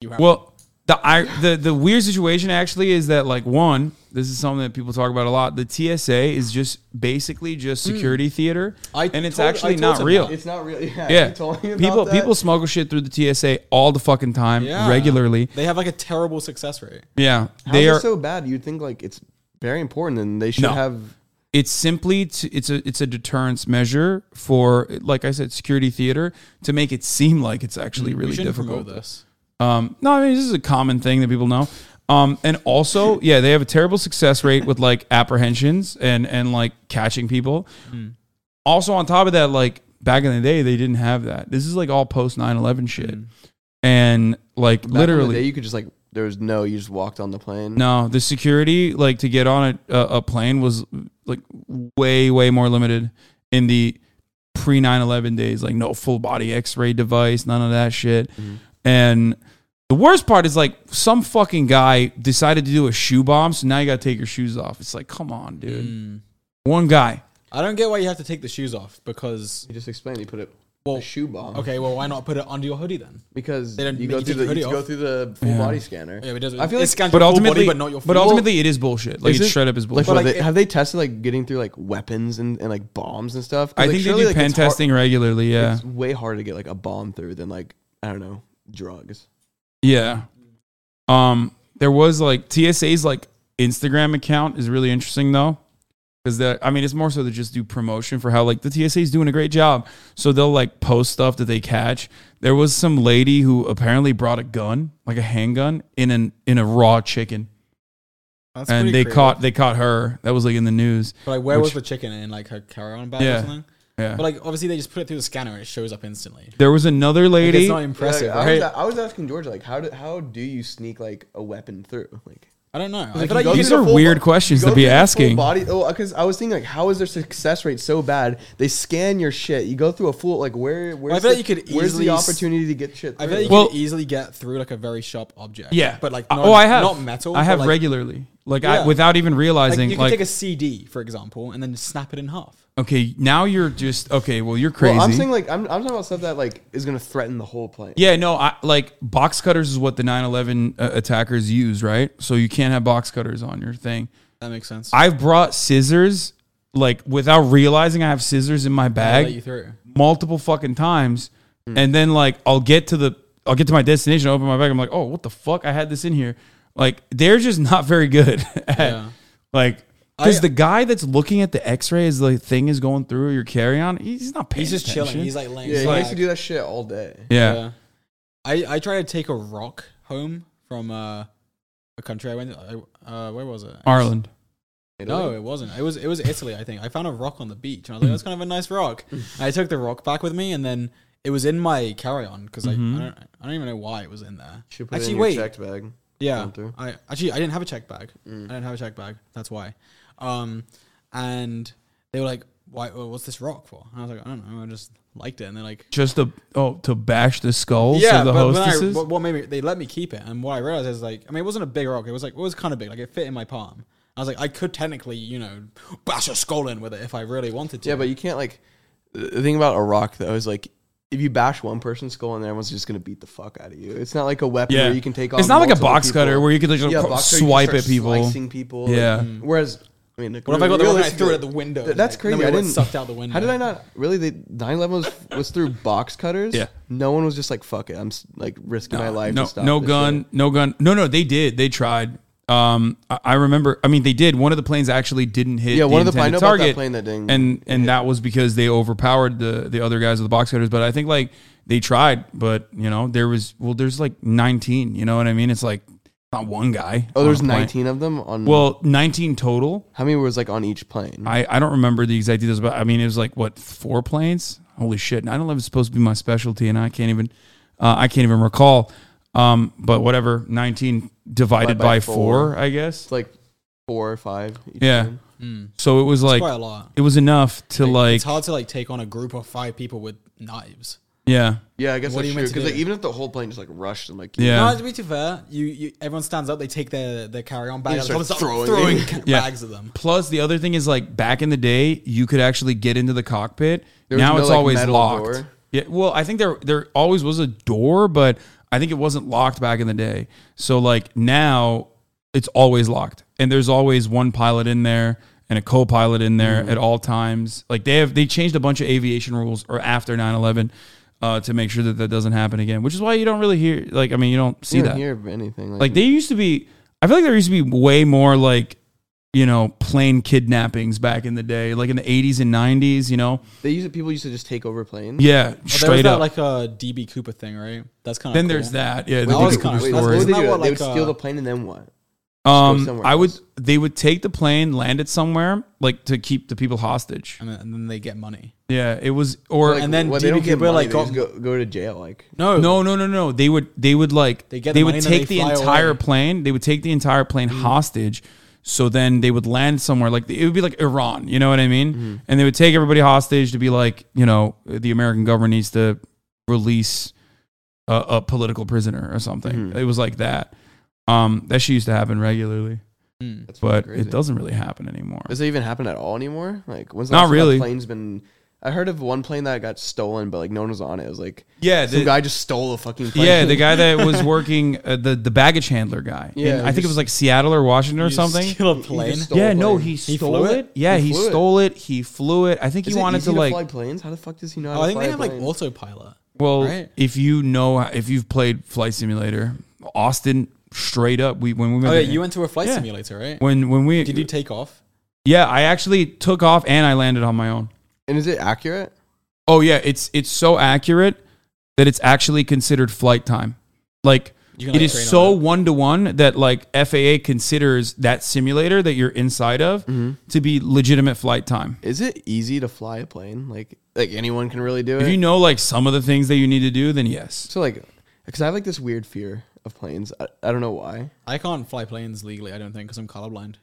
Speaker 3: You have
Speaker 1: Well, the I, the the weird situation actually is that like one, this is something that people talk about a lot. The TSA is just basically just security theater,
Speaker 3: Hmm. I
Speaker 1: and it's
Speaker 3: told- I
Speaker 1: actually
Speaker 3: told
Speaker 1: not
Speaker 3: him
Speaker 1: real.
Speaker 3: that.
Speaker 2: it's not really. (laughs) Yeah,
Speaker 1: Yeah,
Speaker 2: you told me about
Speaker 1: people
Speaker 2: that?
Speaker 1: people smuggle shit through the TSA all the fucking time,
Speaker 3: Yeah.
Speaker 1: regularly.
Speaker 3: They have like a terrible success rate.
Speaker 1: Yeah,
Speaker 2: How's
Speaker 1: they
Speaker 2: it
Speaker 1: are.
Speaker 2: so bad. You'd think like it's very important, and they should
Speaker 1: No.
Speaker 2: have.
Speaker 1: it's simply to, it's a it's a deterrence measure for, like I said, security theater to make it seem like it's actually
Speaker 3: we
Speaker 1: really
Speaker 3: Hmm. shouldn't promote
Speaker 1: difficult.
Speaker 3: this.
Speaker 1: Um, no, I mean this is a common thing that people know. Um, and also, yeah, they have a terrible success rate with like apprehensions and and like catching people.
Speaker 2: Hmm.
Speaker 1: Also, on top of that, like back in the day, they didn't have that. This is like all post 9-11 shit, and like
Speaker 2: Hmm. back in the
Speaker 1: literally,
Speaker 2: day, you could just like there was no. You just walked on the plane.
Speaker 1: no, the security like to get on a, a, a plane was like way way more limited in the pre 9/11 days. Like no full body X-ray device, none of that shit.
Speaker 2: Mm-hmm.
Speaker 1: And the worst part is like some fucking guy decided to do a shoe bomb, so now you got to take your shoes off. It's like, come on, dude.
Speaker 2: Mm.
Speaker 1: One guy.
Speaker 3: Hmm. I don't get why you have to take the shoes off because
Speaker 2: You just explained. You put it.
Speaker 3: Well,
Speaker 2: a shoe
Speaker 1: Oh.
Speaker 2: bomb.
Speaker 3: okay, well why not put it under your hoodie then?
Speaker 2: Because
Speaker 3: They don't
Speaker 2: you
Speaker 3: make
Speaker 2: go
Speaker 3: you
Speaker 2: through
Speaker 3: take
Speaker 2: the
Speaker 3: your
Speaker 2: you
Speaker 3: hoodie
Speaker 2: go
Speaker 3: off.
Speaker 2: through the full body scanner.
Speaker 3: Yeah, but it does,
Speaker 2: I feel
Speaker 3: it
Speaker 2: like-
Speaker 3: scans
Speaker 1: But
Speaker 3: your full
Speaker 1: ultimately,
Speaker 3: body, but not your.
Speaker 1: but
Speaker 3: feet.
Speaker 1: ultimately, it is bullshit. Like
Speaker 2: Is
Speaker 1: it's
Speaker 2: it-
Speaker 1: straight up is bullshit.
Speaker 2: Like, what,
Speaker 3: like,
Speaker 2: they- have they tested like getting through like weapons and, and like bombs and stuff? 'Cause,
Speaker 1: I
Speaker 2: like,
Speaker 1: think they
Speaker 2: surely,
Speaker 1: do
Speaker 2: like,
Speaker 1: pen
Speaker 2: it's hard-
Speaker 1: testing regularly. Yeah,
Speaker 2: It's way harder to get like a bomb through than like I don't know drugs.
Speaker 1: yeah. Um, there was like TSA's like Instagram account is really interesting though. Because that, I mean, it's more so to just do promotion for how like the TSA is doing a great job. So they'll like post stuff that they catch. There was some lady who apparently brought a gun, like a handgun, in an in a raw chicken,
Speaker 3: That's
Speaker 1: and
Speaker 3: pretty
Speaker 1: they
Speaker 3: creative.
Speaker 1: caught they caught her. That was like in the news.
Speaker 3: But like, where
Speaker 1: which-
Speaker 3: was the chicken in like her carry-on bag
Speaker 1: Yeah.
Speaker 3: or something?
Speaker 1: Yeah.
Speaker 3: But like, obviously, they just put it through the scanner and it shows up instantly.
Speaker 1: There was another
Speaker 3: Like,
Speaker 1: lady.
Speaker 3: it's not impressive,
Speaker 2: I,
Speaker 3: right?
Speaker 2: was, asking Georgia like how do how do you sneak like a weapon through like.
Speaker 3: I don't know. I
Speaker 2: Like,
Speaker 3: feel
Speaker 2: you
Speaker 3: like
Speaker 2: go
Speaker 3: you
Speaker 1: These
Speaker 2: through
Speaker 1: are
Speaker 2: the full
Speaker 1: weird
Speaker 2: bo-
Speaker 1: questions
Speaker 2: you
Speaker 1: to
Speaker 2: go
Speaker 1: be
Speaker 2: through the full
Speaker 1: asking.
Speaker 2: Body, oh, because I was thinking like, how is their success rate so bad? They scan your shit. You go through a full like, where where's
Speaker 3: I feel
Speaker 2: the,
Speaker 3: like you could
Speaker 2: where's the
Speaker 3: easily s-
Speaker 2: opportunity to get shit?
Speaker 3: I
Speaker 2: Through?
Speaker 3: feel like you
Speaker 1: Well-
Speaker 3: can easily get through like a very sharp object.
Speaker 1: Yeah,
Speaker 3: but like
Speaker 1: Uh,
Speaker 3: not,
Speaker 1: oh, I have
Speaker 3: not metal.
Speaker 1: I have
Speaker 3: but, like,
Speaker 1: regularly, like
Speaker 3: Yeah.
Speaker 1: I without even
Speaker 3: Like,
Speaker 1: realizing.
Speaker 3: you
Speaker 1: Like,
Speaker 3: can take a CD, for example, and then just snap it in half.
Speaker 1: okay, now you're just okay. Well, you're crazy.
Speaker 2: Well, I'm saying like I'm, I'm talking about stuff that like is gonna threaten the whole plane.
Speaker 1: yeah, no, I, like box cutters is what the 9/11 uh, attackers use, right? So you can't have box cutters on your thing.
Speaker 3: That makes sense.
Speaker 1: I've brought scissors, like without realizing I have scissors in my
Speaker 3: I'll let you
Speaker 1: bag
Speaker 3: Hmm. through.
Speaker 1: multiple fucking times, and then like I'll get to the I'll get to my destination, I open my bag, I'm like, oh, what the fuck? I had this in here. Like they're just (laughs) not very good at
Speaker 3: Yeah.
Speaker 1: like. Because
Speaker 3: I-
Speaker 1: the guy that's looking at the X-ray as the thing is going through your carry-on, he's not paying.
Speaker 3: He's just chilling.
Speaker 1: attention.
Speaker 3: He's like laying.
Speaker 2: yeah. You
Speaker 3: back.
Speaker 2: used to do that shit all day.
Speaker 1: yeah.
Speaker 3: Yeah. I I tried to take a rock home from uh, a country I went. I, uh, where was it?
Speaker 1: Ireland.
Speaker 3: No, it wasn't. It was it was Italy, I think. I found a rock on the beach, and I was like, "That's kind of a
Speaker 2: (laughs)
Speaker 3: nice rock." And I took the rock back with me, and then it was in my carry-on because
Speaker 1: Mm-hmm.
Speaker 3: I, don't I don't even know why it was in there.
Speaker 2: Should put
Speaker 3: Actually,
Speaker 2: it in your
Speaker 3: wait.
Speaker 2: checked bag.
Speaker 3: yeah,
Speaker 2: Gone through.
Speaker 3: I actually I didn't have a check bag. I didn't have a check bag. That's why. Um, and they were like, "Why? well, What's this rock for?" And I was like, "I don't know. I just liked it." And they're like,
Speaker 1: Just to oh to bash the skulls
Speaker 3: yeah,
Speaker 1: of the
Speaker 3: but when I,
Speaker 1: hostesses.
Speaker 3: what, what made me, they let me keep it, and what I realized is like, I mean, it wasn't a big rock. It was like it was kind of big. Like it fit in my palm. I was like, I could technically, you know, bash a skull in with it if I really wanted to.
Speaker 2: Yeah, but you can't like. The thing about a rock though is like, if you bash one person's skull, and everyone's just gonna beat the fuck out of you. It's not like a weapon
Speaker 1: yeah,
Speaker 2: where you can take. on
Speaker 1: It's not like a
Speaker 2: multiple
Speaker 1: box
Speaker 2: people.
Speaker 1: cutter where you could like, just
Speaker 2: Yeah,
Speaker 1: pro-
Speaker 2: box cutter, you can
Speaker 1: swipe
Speaker 2: start
Speaker 1: at people.
Speaker 2: slicing people.
Speaker 1: Yeah.
Speaker 2: Like, whereas, I mean, like,
Speaker 3: What if I got the rock and I threw
Speaker 2: realistically-
Speaker 3: it at the window?
Speaker 2: Th- that's
Speaker 3: Like, then
Speaker 2: crazy.
Speaker 3: we
Speaker 2: I
Speaker 3: all
Speaker 2: didn't
Speaker 3: sucked out the window.
Speaker 2: How did I not really? The 9/11 was was (laughs) through box cutters.
Speaker 1: Yeah.
Speaker 2: No one was just like, fuck it. I'm s- like risking my life.
Speaker 1: no,
Speaker 2: to stop
Speaker 1: no
Speaker 2: this
Speaker 1: gun,
Speaker 2: shit.
Speaker 1: no gun. No, no, they did. They tried. Um, I, I remember. I mean, they did. One of the planes actually didn't hit.
Speaker 2: Yeah, one of the- I
Speaker 1: intended
Speaker 2: know about that
Speaker 1: target,
Speaker 2: plane that didn't
Speaker 1: and and that was because they overpowered the the other guys with the box cutters. But I think like they tried, but you know, there was well, there's like 19. You know what I mean? It's like not one guy.
Speaker 2: Oh, there's
Speaker 1: on a plane.
Speaker 2: 19 of them on.
Speaker 1: Well, 19 total.
Speaker 2: how many was like on each plane?
Speaker 1: I I don't remember the exact details, but I mean, it was like what four planes? Holy shit! 9/11 is supposed to be my specialty, and I can't even uh, I can't even recall. Um, but whatever, 19 divided
Speaker 2: by
Speaker 1: by,
Speaker 2: four.
Speaker 1: four, I guess.
Speaker 2: it's like four or five. Each
Speaker 1: Yeah.
Speaker 2: plane.
Speaker 3: Mm.
Speaker 1: So it was
Speaker 3: It's
Speaker 1: like
Speaker 3: quite a lot.
Speaker 1: it was enough to like
Speaker 3: it's hard to like take on a group of five people with knives.
Speaker 1: yeah
Speaker 2: Yeah, I guess
Speaker 3: What are
Speaker 2: that's
Speaker 3: you
Speaker 2: true.
Speaker 3: meant to
Speaker 2: Because like
Speaker 3: do?
Speaker 2: even if the whole plane just like rushed and like
Speaker 1: yeah.
Speaker 3: No, to be too fair, you, you everyone stands up, they take their, their carry on
Speaker 2: They
Speaker 3: bag, and
Speaker 2: start
Speaker 3: someone starts
Speaker 2: throwing
Speaker 3: throwing,
Speaker 2: it.
Speaker 1: Yeah.
Speaker 3: bags at them.
Speaker 1: Plus, the other thing is like back in the day, you could actually get into the cockpit.
Speaker 2: There was
Speaker 1: now
Speaker 2: no,
Speaker 1: it's
Speaker 2: like,
Speaker 1: always
Speaker 2: metal
Speaker 1: locked.
Speaker 2: door?
Speaker 1: Yeah. Well, I think there there always was a door, but I think it wasn't locked back in the day. So like now, it's always locked, and there's always one pilot in there and a co-pilot in there
Speaker 2: Mm-hmm.
Speaker 1: at all times. Like they have they changed a bunch of aviation rules or after 9-11 uh, to make sure that that doesn't happen again, which is why you don't really hear like I mean you don't see
Speaker 2: you don't
Speaker 1: that
Speaker 2: hear of anything. Like,
Speaker 1: like they used to be i feel like there used to be way more like you know plane kidnappings back in the day like in the 80s and 90s you know
Speaker 2: they used to, people used to just take over planes.
Speaker 1: yeah
Speaker 3: But Oh, there was
Speaker 1: straight
Speaker 3: that
Speaker 1: up
Speaker 3: like a DB Cooper thing, right? That's kind of
Speaker 1: then
Speaker 3: cool.
Speaker 1: there's that yeah the
Speaker 3: That was
Speaker 1: Dooku
Speaker 3: kinda-
Speaker 2: Wait,
Speaker 3: that's
Speaker 2: what
Speaker 1: story.
Speaker 2: would they,
Speaker 3: Isn't
Speaker 2: do?
Speaker 3: that what,
Speaker 2: they would
Speaker 3: like,
Speaker 2: steal
Speaker 3: uh,
Speaker 2: the plane and then what?
Speaker 1: um
Speaker 2: somewhere
Speaker 1: i would
Speaker 2: else.
Speaker 1: they would take the plane land it somewhere like to keep the people hostage
Speaker 3: and then, and then they get money.
Speaker 1: yeah it was or
Speaker 2: Like,
Speaker 3: and then
Speaker 2: what, they don't
Speaker 3: DB
Speaker 2: get
Speaker 3: Cooper,
Speaker 2: money,
Speaker 3: like, "Oh,
Speaker 2: they
Speaker 3: got-
Speaker 2: just go go to jail. Like
Speaker 3: No,
Speaker 1: no no no no they would they would like
Speaker 3: They
Speaker 1: they,
Speaker 3: get the money
Speaker 1: would
Speaker 3: and then
Speaker 1: take
Speaker 3: they
Speaker 1: the
Speaker 3: fly
Speaker 1: entire
Speaker 3: away. Mm.
Speaker 1: plane they would take the entire plane hostage so then they would land somewhere like it would be like iran you know what i mean
Speaker 3: Mm-hmm.
Speaker 1: and they would take everybody hostage to be like you know the american government needs to release a, a political prisoner or something
Speaker 3: Mm-hmm.
Speaker 2: Mhm.
Speaker 1: it was like that um that shit used to happen regularly
Speaker 3: Mm.
Speaker 2: that's
Speaker 1: but
Speaker 2: crazy.
Speaker 1: it doesn't really happen anymore
Speaker 2: Does it even happen at all anymore? Like when's the
Speaker 1: Not
Speaker 2: last time a
Speaker 1: really.
Speaker 2: Plane's been. I heard of one plane that got stolen, but like no one was on it. It was like
Speaker 1: yeah
Speaker 2: some
Speaker 1: the-
Speaker 2: guy just stole a fucking plane.
Speaker 1: (laughs) yeah, the guy that was working uh, the the baggage handler guy.
Speaker 2: (laughs) Yeah,
Speaker 1: Yeah, I think
Speaker 2: just-
Speaker 1: it was like Seattle or Washington or
Speaker 3: You
Speaker 1: something.
Speaker 3: Steal a
Speaker 2: He just
Speaker 3: plane.
Speaker 2: stole
Speaker 1: Yeah,
Speaker 2: a
Speaker 1: no,
Speaker 2: plane.
Speaker 1: he
Speaker 3: He
Speaker 1: stole
Speaker 3: flew
Speaker 1: it?
Speaker 3: it?
Speaker 1: Yeah,
Speaker 2: He
Speaker 1: he,
Speaker 2: flew it.
Speaker 1: stole it. He flew it. I think
Speaker 2: Is
Speaker 1: he
Speaker 2: it
Speaker 1: wanted
Speaker 2: easy
Speaker 1: to like.
Speaker 2: fly planes. How the fuck does he know? How
Speaker 3: Oh, I
Speaker 2: to
Speaker 3: think
Speaker 2: fly
Speaker 3: they
Speaker 2: a
Speaker 3: have like
Speaker 2: plane?
Speaker 3: autopilot.
Speaker 1: well,
Speaker 3: right?
Speaker 1: if you know if you've played Flight Simulator, Austin straight up. We when we went
Speaker 3: Oh yeah,
Speaker 1: there-
Speaker 3: you went to a flight
Speaker 1: Yeah.
Speaker 3: simulator, right?
Speaker 1: when when we
Speaker 3: Did you take off?
Speaker 1: yeah. I actually took off and I landed on my own.
Speaker 2: And is it accurate?
Speaker 1: Oh yeah, it's it's so accurate that it's actually considered flight time. Like
Speaker 3: You
Speaker 1: it
Speaker 3: like,
Speaker 1: is
Speaker 3: train on
Speaker 1: so
Speaker 3: it.
Speaker 1: one to one that like FAA considers that simulator that you're inside of
Speaker 3: Mm-hmm.
Speaker 1: to be legitimate flight time.
Speaker 2: Is it easy to fly a plane? Like like anyone can really do it.
Speaker 1: If you know like some of the things that you need to do, then yes.
Speaker 2: so like, because I have like this weird fear of planes. I, I don't know why.
Speaker 3: I can't fly planes legally. I don't think because I'm colorblind.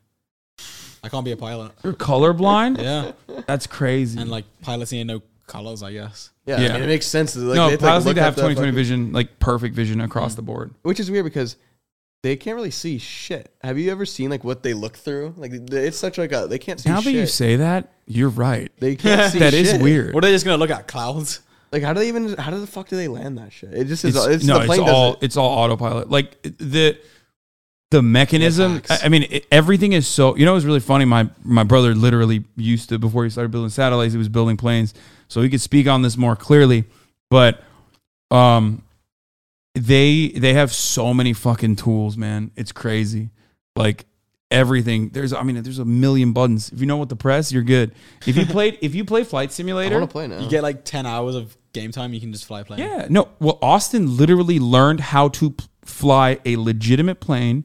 Speaker 3: I can't be
Speaker 2: (laughs)
Speaker 3: a pilot.
Speaker 1: You're colorblind?
Speaker 3: Yeah,
Speaker 1: That's crazy.
Speaker 3: and like pilots need no colors, I guess.
Speaker 2: Yeah, I
Speaker 1: Yeah.
Speaker 2: mean, it makes sense. Like,
Speaker 1: no,
Speaker 2: they have to, like,
Speaker 1: pilots
Speaker 2: look
Speaker 1: need to
Speaker 2: at
Speaker 1: have
Speaker 2: the
Speaker 1: 20
Speaker 2: fucking-
Speaker 1: vision, like perfect vision across the board.
Speaker 2: which is weird because they can't really see shit. Have you ever seen like what they look through? Like th- it's such like a they can't see
Speaker 1: Now
Speaker 2: shit.
Speaker 1: that you say that, you're right. (laughs)
Speaker 2: they can't see
Speaker 1: That is
Speaker 2: shit.
Speaker 1: weird.
Speaker 3: What are they just gonna look at clouds?
Speaker 2: Like how do they even? How do the fuck do they land that shit? It just is.
Speaker 1: It's,
Speaker 2: It's,
Speaker 1: no,
Speaker 2: the
Speaker 1: it's
Speaker 2: plane
Speaker 1: all
Speaker 2: does it.
Speaker 1: it's all autopilot. Like the the mechanism.
Speaker 3: hacks.
Speaker 1: I, I mean, it, everything is so. You know, it's really funny. My my brother literally used to before he started building satellites. He was building planes, so he could speak on this more clearly. But um, they they have so many fucking tools, man. It's crazy. Like everything. There's I mean, there's a million buttons. If you know what to press, you're good. If you played if you play Flight
Speaker 2: I
Speaker 1: Simulator,
Speaker 2: want to play now.
Speaker 3: You get like ten hours of game time. You can just fly a plane.
Speaker 1: yeah, no. Well, Austin literally learned how to p- fly a legitimate plane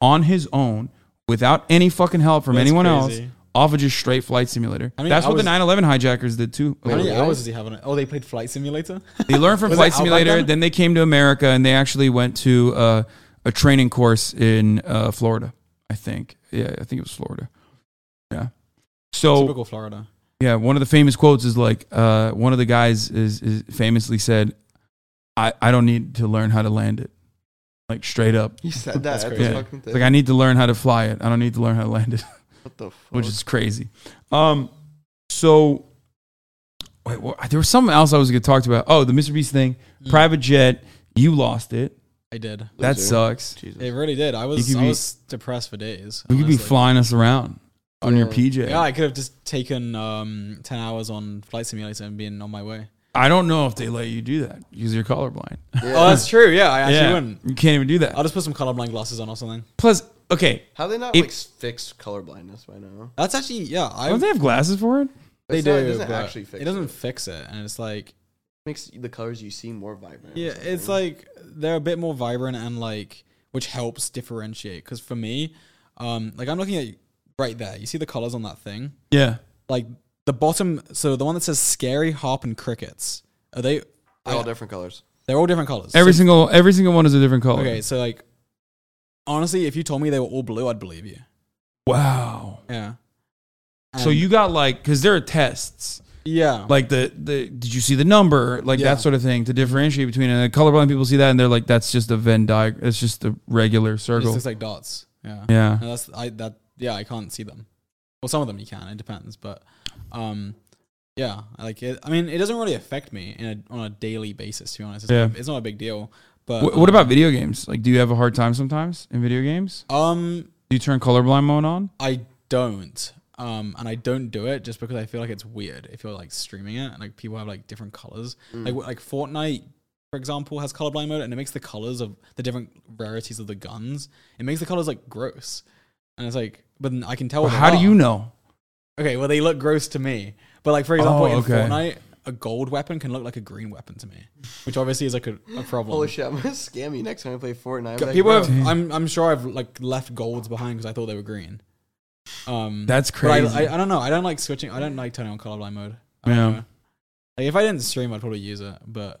Speaker 1: on his own without any fucking help from
Speaker 3: That's
Speaker 1: anyone
Speaker 3: crazy.
Speaker 1: else off of just straight flight simulator.
Speaker 3: I mean,
Speaker 1: That's
Speaker 3: I
Speaker 1: what
Speaker 3: was-
Speaker 1: the 9/11 hijackers did too.
Speaker 3: How many
Speaker 2: Wait, what?
Speaker 3: hours does he have on it? Oh, they played Flight Simulator.
Speaker 1: (laughs) They learned from
Speaker 3: Was
Speaker 1: flight
Speaker 3: it Outback
Speaker 1: simulator,
Speaker 3: then?
Speaker 1: then they came to America and they actually went to uh, a training course in uh, Florida, I think. Yeah, I think it was Florida. Yeah. So
Speaker 3: Typical Florida.
Speaker 1: Yeah, one of the famous quotes is like uh, one of the guys is, is famously said, I, "I don't need to learn how to land it," like straight up.
Speaker 2: He said that.
Speaker 3: That's
Speaker 2: at the
Speaker 3: crazy.
Speaker 2: fucking
Speaker 1: It's
Speaker 2: thing.
Speaker 1: like I need to learn how to fly it. I don't need to learn how to land it, (laughs)
Speaker 2: what the fuck?
Speaker 1: which is crazy. Um, so wait, what, there was something else I was going to talk about. Oh, the Mr. Beast thing,
Speaker 3: Mm.
Speaker 1: private jet. You lost it.
Speaker 3: I did.
Speaker 1: That
Speaker 2: Loser.
Speaker 1: sucks.
Speaker 2: Jesus.
Speaker 3: It really did. I was
Speaker 1: could
Speaker 3: I
Speaker 1: be-
Speaker 3: was depressed for days.
Speaker 1: You could be
Speaker 3: honestly. Uh,
Speaker 1: flying us around on your
Speaker 2: Yeah.
Speaker 1: PJ.
Speaker 3: Yeah, I could have just taken um, ten hours on Flight Simulator and been on my way.
Speaker 1: I don't know if they let you do that because you're colorblind.
Speaker 2: Yeah.
Speaker 3: Oh, that's true. Yeah, I actually
Speaker 1: Yeah,
Speaker 3: wouldn't.
Speaker 1: you can't even do that.
Speaker 3: I'll just put some colorblind glasses on or something.
Speaker 1: Plus, okay,
Speaker 2: How they not
Speaker 1: It-
Speaker 2: like s- fix colorblindness by now?
Speaker 3: That's actually yeah. I
Speaker 1: don't they have glasses for it?
Speaker 3: they
Speaker 2: It's
Speaker 3: do.
Speaker 2: not- it doesn't
Speaker 3: but
Speaker 2: actually fix
Speaker 3: it doesn't fix it, and it's like
Speaker 2: makes the colors you see more vibrant. or
Speaker 3: Yeah,
Speaker 2: something.
Speaker 3: it's like they're a bit more vibrant and like which helps differentiate. Because for me, um, like I'm looking at right there, you see the colors on that thing.
Speaker 1: Yeah.
Speaker 3: Like the bottom, so the one that says scary harp and crickets. Are they?
Speaker 2: they're all
Speaker 3: I-
Speaker 2: different (laughs) colors.
Speaker 3: They're all different colors.
Speaker 1: Every single every single one is a different color.
Speaker 3: Okay, so like honestly, if you told me they were all blue, I'd believe you.
Speaker 1: Wow.
Speaker 3: Yeah.
Speaker 1: so
Speaker 3: And-
Speaker 1: you got like because there are tests
Speaker 3: yeah
Speaker 1: like the the did you see the number like
Speaker 3: Yeah.
Speaker 1: that sort of thing to differentiate between and the colorblind people see that and they're like that's just a Venn diagram it's just a regular
Speaker 3: it just
Speaker 1: circle
Speaker 3: looks like dots. Yeah.
Speaker 1: yeah
Speaker 3: No, that's I that yeah, I can't see them. Well, some of them you can. It depends, but um, yeah, I like it. I mean, it doesn't really affect me in a, on a daily basis. To be honest, it's,
Speaker 1: Yeah.
Speaker 3: not, it's not a big deal.
Speaker 2: Uh,
Speaker 3: But
Speaker 1: Wh- what about video games like do you have a hard time sometimes in video games
Speaker 3: um?
Speaker 1: do you turn colorblind mode on
Speaker 3: I don't um, and I don't do it just because I feel like it's weird if you're like streaming it and like people have like different colors.
Speaker 2: Mm.
Speaker 3: Like w- like Fortnite, for example, has colorblind mode and it makes the colors of the different rarities of the guns. It makes the colors like gross, and it's like, but I can tell.
Speaker 1: Well,
Speaker 3: what they
Speaker 1: how do
Speaker 3: are.
Speaker 1: you know
Speaker 3: Okay, well, they look gross to me. But like for example,
Speaker 1: Oh, okay.
Speaker 3: in Fortnite, a gold weapon can look like a green weapon to me, which obviously is like a, a problem.
Speaker 2: Holy shit! I'm gonna scam you next time I play Fortnite. I'm
Speaker 3: G-
Speaker 2: like,
Speaker 3: People
Speaker 2: bro,
Speaker 3: have. I'm I'm sure I've like left golds behind because I thought they were green. Um,
Speaker 1: that's
Speaker 3: but I-
Speaker 1: crazy
Speaker 3: I, I don't know. I don't like switching. I don't like turning on colorblind mode. I don't
Speaker 1: Yeah.
Speaker 3: know. Like if I didn't stream, I'd probably use it. But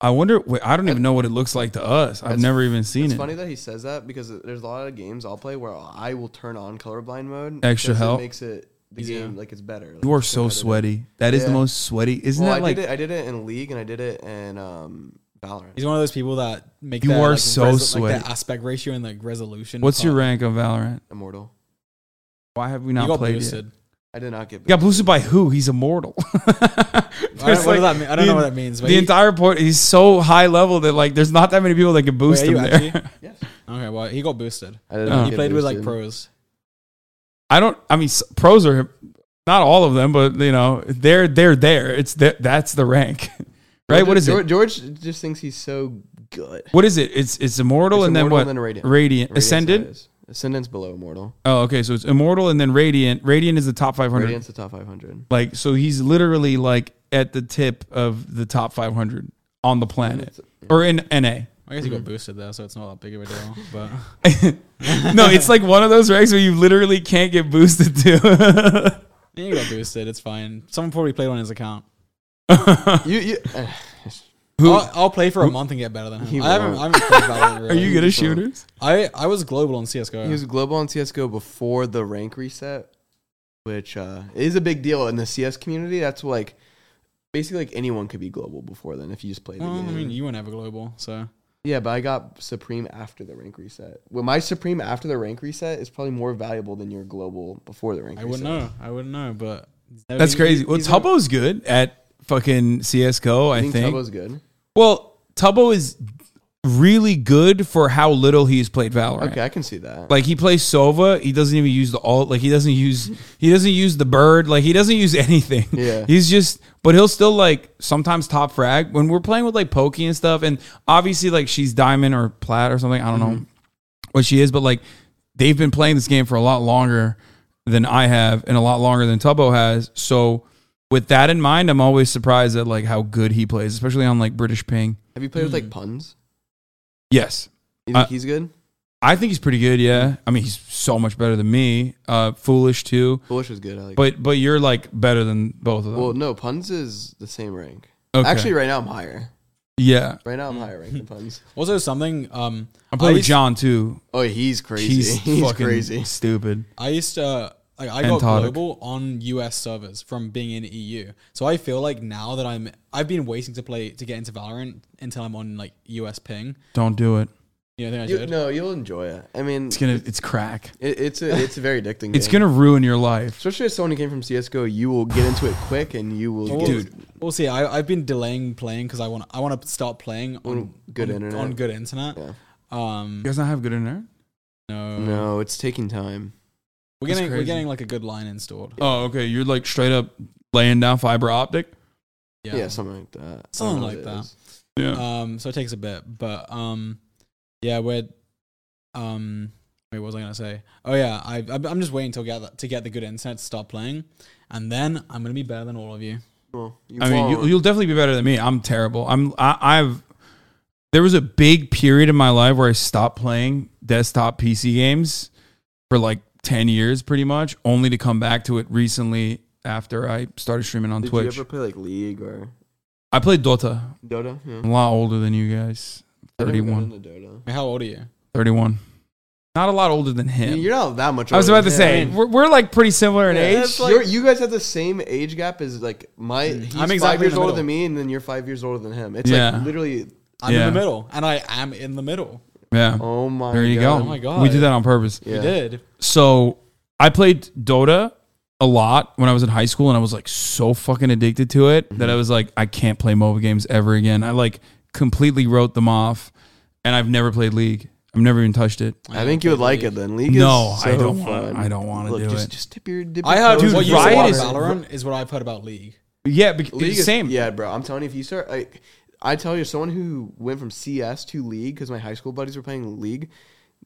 Speaker 1: I wonder wait, I don't even know what it looks like to us I've
Speaker 2: That's-
Speaker 1: never even seen
Speaker 2: It's
Speaker 1: it
Speaker 2: funny that he says that because there's a lot of games I'll play where I will turn on colorblind mode.
Speaker 1: Extra
Speaker 2: because
Speaker 1: help.
Speaker 2: It makes it the
Speaker 3: Easier.
Speaker 2: game like it's better. Like,
Speaker 1: you are
Speaker 2: it's
Speaker 1: so
Speaker 2: competitive.
Speaker 1: sweaty that is the
Speaker 2: Yeah.
Speaker 1: most sweaty isn't
Speaker 2: Well,
Speaker 1: that
Speaker 2: I
Speaker 1: like
Speaker 2: did it. I did it in League and I did it in um, Valorant.
Speaker 3: he's one of those people that make
Speaker 1: You
Speaker 3: their,
Speaker 1: are
Speaker 3: like,
Speaker 1: so
Speaker 3: Like
Speaker 1: sweaty.
Speaker 3: their aspect ratio and like resolution.
Speaker 1: what's your
Speaker 3: part.
Speaker 1: rank on Valorant
Speaker 2: Immortal.
Speaker 1: why have we
Speaker 3: You
Speaker 1: not
Speaker 3: got
Speaker 1: played it
Speaker 3: boosted.
Speaker 2: I did not get.
Speaker 1: He got boosted by who? He's immortal. (laughs)
Speaker 3: I don't,
Speaker 1: There's,
Speaker 3: what does
Speaker 1: like,
Speaker 3: that mean? I don't
Speaker 1: the-
Speaker 3: know what that means. But
Speaker 1: the
Speaker 3: you-
Speaker 1: entire point, he's so high level that like there's not that many people that can boost
Speaker 3: Wait, are
Speaker 1: him
Speaker 3: you
Speaker 1: there.
Speaker 3: actually?
Speaker 2: Yes.
Speaker 3: okay, well, he got boosted.
Speaker 2: I
Speaker 1: Oh.
Speaker 2: did not
Speaker 1: You
Speaker 3: He
Speaker 2: get
Speaker 3: played with like
Speaker 2: boosted.
Speaker 3: pros.
Speaker 1: (laughs) I don't. I mean, s- pros are not all of them, but you know, they're they're there. It's that that's the rank, (laughs) right? What is
Speaker 2: George,
Speaker 1: it?
Speaker 2: George just thinks he's so good.
Speaker 1: What is it? It's it's immortal
Speaker 2: It's
Speaker 1: and
Speaker 2: immortal
Speaker 1: then what?
Speaker 2: and then radiant.
Speaker 1: radiant,
Speaker 2: Radiance
Speaker 1: ascendant.
Speaker 2: is. Ascendant's below immortal.
Speaker 1: Oh, okay. So it's immortal and then radiant. Radiant is the top 500.
Speaker 2: Radiant's the top 500.
Speaker 1: Like so, he's literally like at the tip of the top 500 on the planet
Speaker 2: It's-
Speaker 1: or in NA.
Speaker 3: I guess he got boosted there, so it's not that big of
Speaker 1: (laughs)
Speaker 3: a deal. But
Speaker 1: no, it's like one of those ranks where you literally can't get boosted to. (laughs)
Speaker 3: he got boosted. It's fine. Someone probably played on his account.
Speaker 2: You, you, eh,
Speaker 1: Who-
Speaker 3: I'll, I'll play for a month and get better than
Speaker 2: He
Speaker 3: him. I haven't, I
Speaker 2: won't.
Speaker 3: haven't played
Speaker 1: (laughs)
Speaker 3: Valorant
Speaker 1: Are
Speaker 3: really.
Speaker 1: you good at shooters?
Speaker 3: I, I was global on
Speaker 2: (sighs)
Speaker 3: CSGO.
Speaker 2: he was global on CS:GO before the rank reset, which uh, is a big deal in the CS community. That's like basically like anyone could be global before then if you just play the
Speaker 3: well, I
Speaker 2: game.
Speaker 3: mean, you were never global, so
Speaker 2: yeah, but I got supreme after the rank reset. Well, my supreme after the rank reset is probably more valuable than your global before the rank.
Speaker 3: I
Speaker 2: reset.
Speaker 3: wouldn't know. I wouldn't know, but
Speaker 1: That's crazy. Well,
Speaker 2: he's a-
Speaker 1: Tubbo's good at fucking CS:GO. I
Speaker 2: I
Speaker 1: think.
Speaker 2: think Tubbo's good.
Speaker 1: well, Tubbo is really good for how little he's played Valorant.
Speaker 2: Okay, I can see that.
Speaker 1: Like he plays Sova, he doesn't even use the alt. Like he doesn't use he doesn't use the bird. Like he doesn't use (laughs) anything.
Speaker 2: Yeah.
Speaker 1: he's just. But he'll still like sometimes top frag when we're playing with like Pokey and stuff. And obviously like she's diamond or plat or something. I don't know what she is, but like they've been playing this game for a lot longer than I have and a lot longer than Tubbo has. So with that in mind, I'm always surprised at like how good he plays, especially on like British ping.
Speaker 2: Have you played with
Speaker 3: Hmm.
Speaker 2: like puns?
Speaker 1: Yes,
Speaker 2: You think
Speaker 1: Uh,
Speaker 2: he's good?
Speaker 1: I think he's pretty good. Yeah, I mean he's so much better than me. Uh, foolish too,
Speaker 2: Bullish is good. I like.
Speaker 1: but but you're like better than both of them.
Speaker 2: well, no, puns is the same rank.
Speaker 1: okay.
Speaker 2: Actually, right now I'm higher.
Speaker 1: yeah,
Speaker 2: Right now I'm higher ranked than puns.
Speaker 3: also something. Um,
Speaker 1: I'm playing
Speaker 3: I
Speaker 1: with
Speaker 3: used,
Speaker 1: John too.
Speaker 2: (laughs) Oh, he's crazy.
Speaker 1: He's,
Speaker 2: (laughs) He's,
Speaker 1: fucking
Speaker 2: crazy.
Speaker 1: stupid.
Speaker 3: I used to like I
Speaker 1: And
Speaker 3: got
Speaker 1: Tardic.
Speaker 3: global on US servers from being in EU. So I feel like now that I'm, I've been waiting to play to get into Valorant until I'm on like US ping.
Speaker 1: Don't do it.
Speaker 3: You know, I think I
Speaker 2: You,
Speaker 3: should.
Speaker 2: no, you'll enjoy it. I mean,
Speaker 1: It's gonna it's crack.
Speaker 2: it, it's a it's a very addicting.
Speaker 1: It's
Speaker 2: game.
Speaker 1: gonna ruin your life.
Speaker 2: especially as someone who came from CS:GO, you will get into it quick, and you will
Speaker 3: Well,
Speaker 2: get
Speaker 1: Dude.
Speaker 3: We'll see. I, I've been delaying playing because I want I want to start playing on
Speaker 2: good
Speaker 3: on-
Speaker 2: internet.
Speaker 3: on good internet.
Speaker 2: Yeah.
Speaker 1: You
Speaker 3: Um,
Speaker 1: guys not have good internet?
Speaker 3: no,
Speaker 2: No, it's taking time.
Speaker 3: we're
Speaker 1: That's
Speaker 3: getting we're
Speaker 1: crazy.
Speaker 3: getting like a good line installed.
Speaker 1: Oh, okay. You're like straight up laying down fiber optic.
Speaker 2: Yeah, something like that. I don't
Speaker 3: Something
Speaker 2: know what
Speaker 3: like
Speaker 2: it
Speaker 3: that.
Speaker 2: is.
Speaker 1: Yeah.
Speaker 3: Um, so it takes a bit, but um, yeah, we're um, wait, what was I gonna say? Oh yeah, I I'm I'm just waiting to get the, to get the good internet to start playing, and then I'm gonna be better than all of you.
Speaker 2: Well, you
Speaker 1: I mean,
Speaker 2: won't.
Speaker 1: you, you'll definitely be better than me. I'm terrible. I'm I, I've there was a big period in my life where I stopped playing desktop PC games for like ten years, pretty much, only to come back to it recently after I started streaming on
Speaker 2: Did
Speaker 1: Twitch.
Speaker 2: you ever play like League or
Speaker 1: I played Dota.
Speaker 2: Dota? Yeah.
Speaker 1: I'm a lot older than you guys.
Speaker 2: I never got
Speaker 1: 31.
Speaker 2: into Dota.
Speaker 3: Wait, how old are you?
Speaker 1: 31. Not a lot older than
Speaker 2: I mean,
Speaker 1: him.
Speaker 2: You're not that much.
Speaker 1: I was
Speaker 2: older
Speaker 1: about to
Speaker 2: than
Speaker 1: say
Speaker 2: him.
Speaker 1: we're, we're like pretty similar in
Speaker 2: Yeah,
Speaker 1: age.
Speaker 2: it's like- you're- you guys have the same age gap as like my.
Speaker 3: Mm.
Speaker 2: He's
Speaker 3: I'm
Speaker 2: five
Speaker 3: exactly in
Speaker 2: years
Speaker 3: the
Speaker 2: older
Speaker 3: middle.
Speaker 2: than me, and then you're five years older than him. It's
Speaker 1: Yeah.
Speaker 2: like literally.
Speaker 3: I'm
Speaker 1: Yeah.
Speaker 3: in the middle, and I am in the middle.
Speaker 1: yeah.
Speaker 2: Oh my.
Speaker 1: There you
Speaker 2: God.
Speaker 1: go.
Speaker 3: Oh my God.
Speaker 1: We did that on purpose.
Speaker 2: Yeah.
Speaker 3: You did.
Speaker 1: So I played Dota a lot when I was in high school, and I was like so fucking addicted to it that I was like, I can't play MOBA games ever again. I like completely wrote them off, and I've never played League. I've never even touched it.
Speaker 2: I think you would like it then. League
Speaker 1: No,
Speaker 2: is so
Speaker 1: I don't
Speaker 2: fun.
Speaker 1: wanna- I don't wanna
Speaker 2: Look,
Speaker 1: do
Speaker 2: just,
Speaker 1: it.
Speaker 2: Just dip your dip.
Speaker 3: I
Speaker 2: your
Speaker 3: heard
Speaker 2: toes
Speaker 3: what
Speaker 2: in
Speaker 3: you
Speaker 2: the
Speaker 1: Riot
Speaker 3: said about
Speaker 2: water.
Speaker 1: is-
Speaker 3: Valorant is what I've heard about League.
Speaker 1: Yeah, because
Speaker 2: League is-
Speaker 1: same.
Speaker 2: yeah, bro. I'm telling you, if you start, like, I tell you, someone who went from CS to League because my high school buddies were playing League,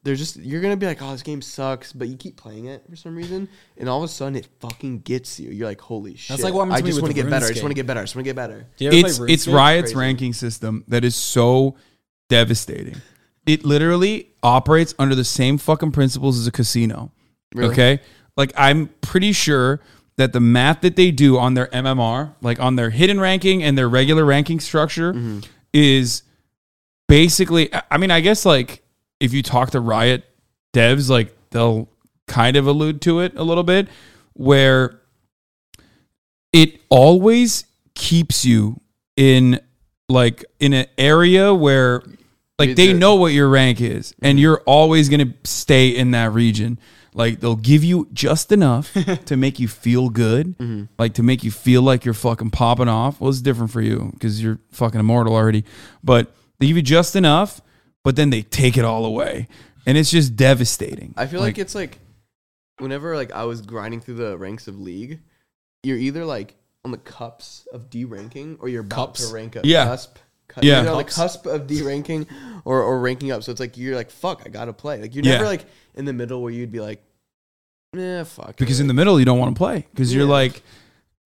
Speaker 2: they're just you're gonna be like, oh, this game sucks, but you keep playing it for some reason, and all of a sudden it fucking gets you. You're like, holy shit!
Speaker 3: like what happened to
Speaker 2: I
Speaker 3: me
Speaker 2: just
Speaker 3: with
Speaker 2: wanna get better. I
Speaker 3: RuneScape.
Speaker 2: just want to get better. I just want to get better.
Speaker 3: Do you ever
Speaker 1: It's
Speaker 3: play
Speaker 1: it's
Speaker 3: RuneScape?
Speaker 1: Riot's
Speaker 2: Crazy.
Speaker 1: ranking system that is so devastating. It literally operates under the same fucking principles as a casino.
Speaker 2: Really?
Speaker 1: Okay? Like I'm pretty sure that the math that they do on their MMR, like on their hidden ranking and their regular ranking structure
Speaker 2: Mm-hmm.
Speaker 1: is basically I- I mean, I guess like if you talk to Riot devs, like they'll kind of allude to it a little bit where it always keeps you in like in an area where like
Speaker 2: It's
Speaker 1: they
Speaker 2: a-
Speaker 1: know what your rank is and you're always going to stay in that region like they'll give you just
Speaker 2: (laughs)
Speaker 1: enough to make you feel good
Speaker 2: Mm-hmm.
Speaker 1: like to make you feel like you're fucking popping off well it's different for you because you're fucking immortal already but they give you just enough but then they take it all away and it's just devastating
Speaker 2: I feel like, it's like whenever like I was grinding through the ranks of League, you're either like on the cups of deranking or you're about
Speaker 3: Cups?
Speaker 2: to rank up.
Speaker 1: Yeah.
Speaker 2: Cusp. Cu-
Speaker 1: Yeah.
Speaker 2: Either on the
Speaker 3: Cups.
Speaker 2: cusp of deranking or, or ranking up. So it's like you're like, fuck, I gotta play. Like you're
Speaker 1: Yeah.
Speaker 2: never like in the middle where you'd be like, eh, fuck.
Speaker 1: because in the middle you don't want to play because you're
Speaker 2: Yeah.
Speaker 1: like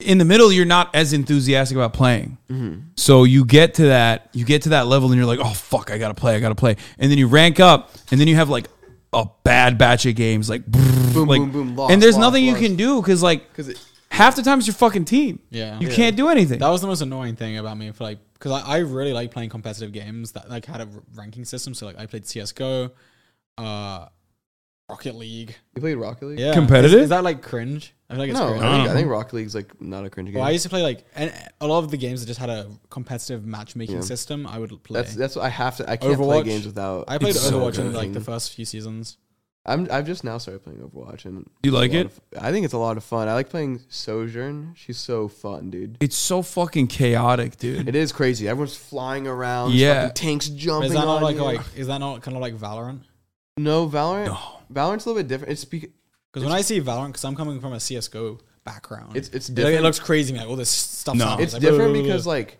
Speaker 1: in the middle you're not as enthusiastic about playing
Speaker 2: Mhm.
Speaker 1: so you get to that you get to that level and you're like oh fuck i gotta play i gotta play and then you rank up and then you have like a bad batch of games like
Speaker 2: boom,
Speaker 1: like-
Speaker 2: boom, boom, lost,
Speaker 1: and there's
Speaker 2: lost,
Speaker 1: nothing
Speaker 2: lost.
Speaker 1: you can do because like
Speaker 2: because it
Speaker 1: half the time it's your fucking team
Speaker 3: Yeah.
Speaker 1: you can't do anything
Speaker 3: That was the most annoying thing about me for like because I, I really like playing competitive games that like had a r- ranking system. So like I played CS:GO, uh, Rocket League.
Speaker 2: you played Rocket League.
Speaker 3: Yeah,
Speaker 1: Competitive?
Speaker 3: Is, is that like cringe? I feel like it's
Speaker 2: No, I
Speaker 3: cringe.
Speaker 2: think,
Speaker 1: don't
Speaker 2: I
Speaker 1: know.
Speaker 2: think Rocket League's like not a cringe game.
Speaker 3: Well, I used to play like and a lot of the games that just had a competitive matchmaking system. I would play.
Speaker 2: that's that's what I have to. I can't play
Speaker 3: Overwatch?
Speaker 2: games without.
Speaker 3: I played
Speaker 1: It's so
Speaker 3: Overwatch in
Speaker 1: good.
Speaker 3: like the first few seasons.
Speaker 2: I'm I've just now started playing Overwatch and
Speaker 1: you like
Speaker 2: a lot
Speaker 1: it
Speaker 2: of- I think it's a lot of fun. I like playing Sojourn. She's so fun, dude.
Speaker 1: it's so fucking chaotic dude
Speaker 2: (laughs) It is crazy. Everyone's flying around. there's
Speaker 1: Yeah.
Speaker 2: fucking tanks
Speaker 3: But
Speaker 2: jumping
Speaker 3: Is that not
Speaker 2: on
Speaker 3: like
Speaker 2: you.
Speaker 3: like is that not kind of like Valorant?
Speaker 2: no Valorant.
Speaker 1: No.
Speaker 2: Valorant's a little bit different. It's bec-
Speaker 3: Because when I see Valorant, because I'm coming from a CS:GO background,
Speaker 2: it's it's
Speaker 3: it, like,
Speaker 2: different.
Speaker 3: it looks crazy. Like all this stuff.
Speaker 1: No.
Speaker 2: it's different because like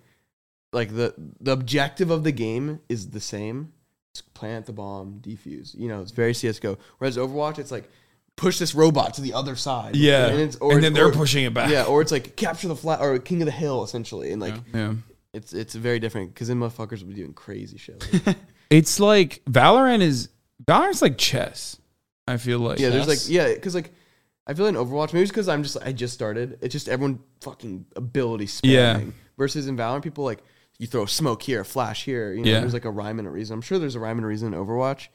Speaker 2: like the the objective of the game is the same. It's plant the bomb, defuse. You know, it's very CS:GO. Whereas Overwatch, it's like push this robot to the other side.
Speaker 1: yeah
Speaker 2: and,
Speaker 1: and,
Speaker 2: it's, or it's-
Speaker 1: then they're
Speaker 2: or-
Speaker 1: pushing it back
Speaker 2: Yeah, or it's like capture the flat or king of the hill essentially, and like
Speaker 1: yeah.
Speaker 3: Yeah.
Speaker 2: it's it's very different because then motherfuckers will be doing
Speaker 1: (laughs)
Speaker 2: crazy shit. Like,
Speaker 1: it's like valorant is valorant's like chess i feel like
Speaker 2: yeah, there's like
Speaker 3: Yes.
Speaker 2: yeah, because like I feel in Overwatch, maybe it's because I'm just I just started. It's just everyone fucking ability spamming.
Speaker 1: Yeah.
Speaker 2: Versus in Valorant, people like you throw smoke here, flash here. You know,
Speaker 1: Yeah.
Speaker 2: there's like a rhyme and a reason. I'm sure there's a rhyme and a reason in Overwatch.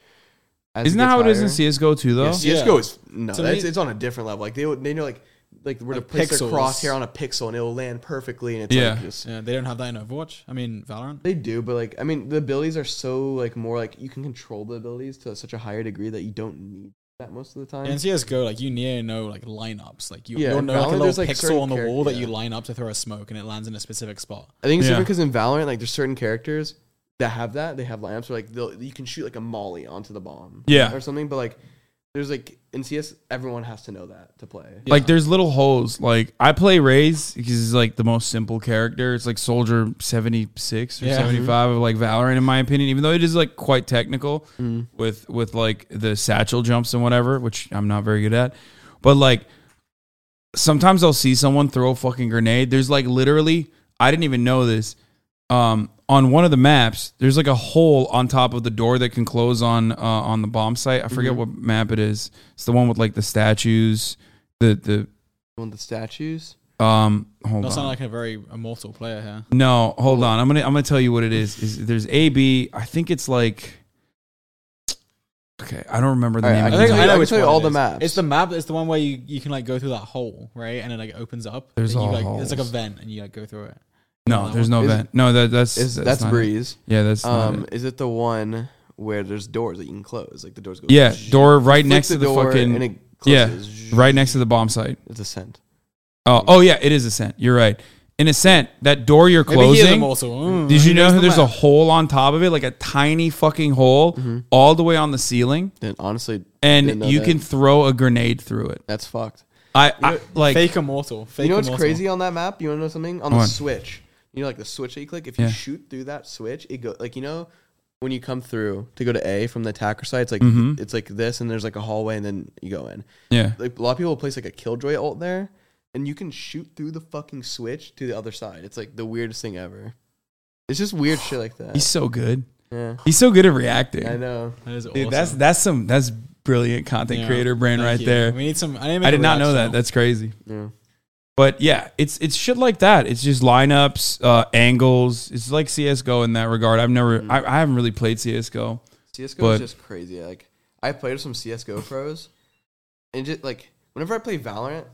Speaker 2: As
Speaker 1: Isn't
Speaker 2: it
Speaker 1: that how
Speaker 2: gets
Speaker 1: it is in
Speaker 2: higher-
Speaker 1: CS:GO too, though?
Speaker 2: Yeah,
Speaker 3: Yeah.
Speaker 2: CS:GO is no,
Speaker 3: To
Speaker 2: that's,
Speaker 3: me-
Speaker 2: it's on a different level. Like they would- they know like like where
Speaker 3: Like
Speaker 2: to place their
Speaker 3: pixels.
Speaker 2: crosshair on a pixel and it'll land perfectly, and it's
Speaker 1: Yeah.
Speaker 2: like just
Speaker 3: yeah, they don't have that in Overwatch. I mean Valorant.
Speaker 2: They do, but like I mean, the abilities are so like more like you can control the abilities to such a higher degree that you don't need that most of the time.
Speaker 3: And in CS:GO, like you need to know like lineups. Like you,
Speaker 2: Yeah,
Speaker 3: you'll
Speaker 2: in
Speaker 3: know like a
Speaker 2: Valorant,
Speaker 3: little
Speaker 2: there's, like, certain
Speaker 3: pixel on the
Speaker 2: charac-
Speaker 3: wall that
Speaker 2: yeah.
Speaker 3: you line up to throw a smoke, and it lands in a specific spot.
Speaker 2: I think it's
Speaker 1: Yeah.
Speaker 2: different because in Valorant, like there's certain characters that have that. They have lamps where like they'll, you can shoot like a molly onto the bomb,
Speaker 1: Yeah.
Speaker 2: or something. But like there's like in CS, everyone has to know that to play.
Speaker 1: Like there's little holes. Like I play Raze because he's like the most simple character. It's like Soldier 76 or
Speaker 3: Yeah.
Speaker 1: 75 of like Valorant in my opinion, even though it is like quite technical with with like the satchel jumps and whatever, which I'm not very good at. But like sometimes I'll see someone throw a fucking grenade. There's like literally, I didn't even know this. Um, on one of the maps, there's like a hole on top of the door that can close on uh, on the bomb site. I forget
Speaker 3: Mm-hmm.
Speaker 1: what map it is. It's the one with like the statues. The
Speaker 2: One of the statues.
Speaker 1: the um. Hold
Speaker 3: Not
Speaker 1: on.
Speaker 3: sound like a very immortal player here.
Speaker 1: No, hold on. I'm gonna I'm gonna tell you what it is. Is there's A B. I think it's like. Okay, I don't remember the
Speaker 2: All right,
Speaker 1: name.
Speaker 2: I
Speaker 1: of
Speaker 2: can
Speaker 1: the
Speaker 2: tell
Speaker 1: map.
Speaker 2: you- I can
Speaker 3: which
Speaker 2: tell you
Speaker 3: one
Speaker 2: all
Speaker 3: it
Speaker 2: the
Speaker 3: is.
Speaker 2: maps.
Speaker 3: It's the map. It's the one where you, you can like go through that hole, right? And it like opens up.
Speaker 1: There's
Speaker 3: and you,
Speaker 1: all
Speaker 3: like, It's like a
Speaker 1: holes.
Speaker 3: vent, and you like go through it.
Speaker 1: no, there's no
Speaker 2: Is it-
Speaker 1: vent. No, that that's
Speaker 2: Is
Speaker 1: that's,
Speaker 2: that's,
Speaker 1: not it.
Speaker 2: breeze?
Speaker 1: Yeah, that's not
Speaker 2: Um,
Speaker 1: it.
Speaker 2: is it the one where there's doors that you can close? Like the doors go.
Speaker 1: Yeah, door right
Speaker 2: Flick
Speaker 1: next to the
Speaker 2: door and
Speaker 1: fucking
Speaker 2: it closes.
Speaker 1: right next to the bomb site.
Speaker 2: It's a scent.
Speaker 1: Oh, oh yeah, it is ascent. You're right. In ascent, that door you're
Speaker 3: Maybe he is
Speaker 1: closing.
Speaker 3: immortal. Mm,
Speaker 1: Did
Speaker 3: he
Speaker 1: you know
Speaker 3: knows
Speaker 1: how
Speaker 3: the
Speaker 1: there's a
Speaker 3: map. Mm-hmm.
Speaker 1: hole on top of it, like a tiny fucking hole,
Speaker 2: Mhm.
Speaker 1: all the way on the ceiling,
Speaker 2: Then honestly, Didn't
Speaker 1: and
Speaker 2: know
Speaker 1: you
Speaker 2: that.
Speaker 1: can throw a grenade through it.
Speaker 2: that's fucked.
Speaker 1: I, I like
Speaker 3: fake immortal? Fake
Speaker 2: you know what's
Speaker 3: immortal.
Speaker 2: crazy on that map? You want to know something? On
Speaker 1: Go
Speaker 2: the
Speaker 1: on.
Speaker 2: switch, you know, like the switch that you click. If you
Speaker 1: Yeah.
Speaker 2: shoot through that switch, it go like you know when you come through to go to A from the attacker side. It's like
Speaker 1: Mhm.
Speaker 2: it's like this, and there's like a hallway, and then you go in.
Speaker 1: yeah.
Speaker 2: Like a lot of people place like a killjoy alt there, and you can shoot through the fucking switch to the other side. It's like the weirdest thing ever. It's just weird shit like
Speaker 1: He's
Speaker 2: that.
Speaker 1: so good.
Speaker 2: Yeah,
Speaker 1: He's so good at reacting.
Speaker 2: I know.
Speaker 3: That is
Speaker 1: Dude,
Speaker 3: awesome.
Speaker 1: that's that's some that's brilliant content
Speaker 3: Yeah.
Speaker 1: creator brain
Speaker 3: Thank
Speaker 1: right
Speaker 3: you.
Speaker 1: there.
Speaker 3: We need some. I, didn't
Speaker 1: I did not know that. That's crazy.
Speaker 2: Yeah.
Speaker 1: But yeah, it's it's shit like that. It's just lineups, uh, angles. It's like CS:GO in that regard. I've never,
Speaker 3: Mm-hmm.
Speaker 1: I, I haven't really played CS:GO.
Speaker 2: CS:GO
Speaker 1: But-
Speaker 2: is just crazy. Like I played with some CS:GO pros, and just like whenever I play Valorant,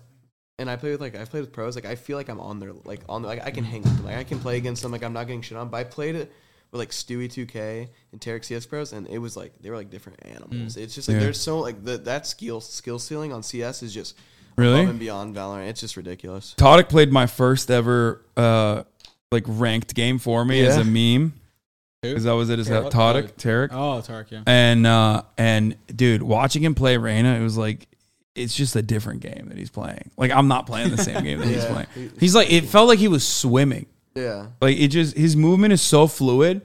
Speaker 2: and I play with like I've played with pros, like I feel like I'm on their like on their, like I can hang with them, like I can play against them, like I'm not getting shit on. But I played it with like Stewie 2K and Tarek CS pros, and it was like they were like different animals. It's just like
Speaker 1: Hmm. Yeah.
Speaker 2: there's so like the, that skill skill ceiling on CS is just
Speaker 1: Really?
Speaker 2: above and beyond Valorant. It's just ridiculous.
Speaker 1: Todic played my first ever uh, like ranked game for me as
Speaker 2: Yeah.
Speaker 1: a meme
Speaker 3: Who?
Speaker 1: because I was at his
Speaker 3: Tarek?
Speaker 1: Todic Tarek.
Speaker 3: Oh,
Speaker 1: (laughs)
Speaker 3: Tarek, yeah.
Speaker 1: and uh and dude watching him play Reyna it was like it's just a different game that he's playing like i'm not playing the same game that
Speaker 3: (laughs)
Speaker 1: he's
Speaker 2: Yeah.
Speaker 1: playing he's like it felt like he was swimming
Speaker 2: Yeah,
Speaker 1: like it just his movement is so fluid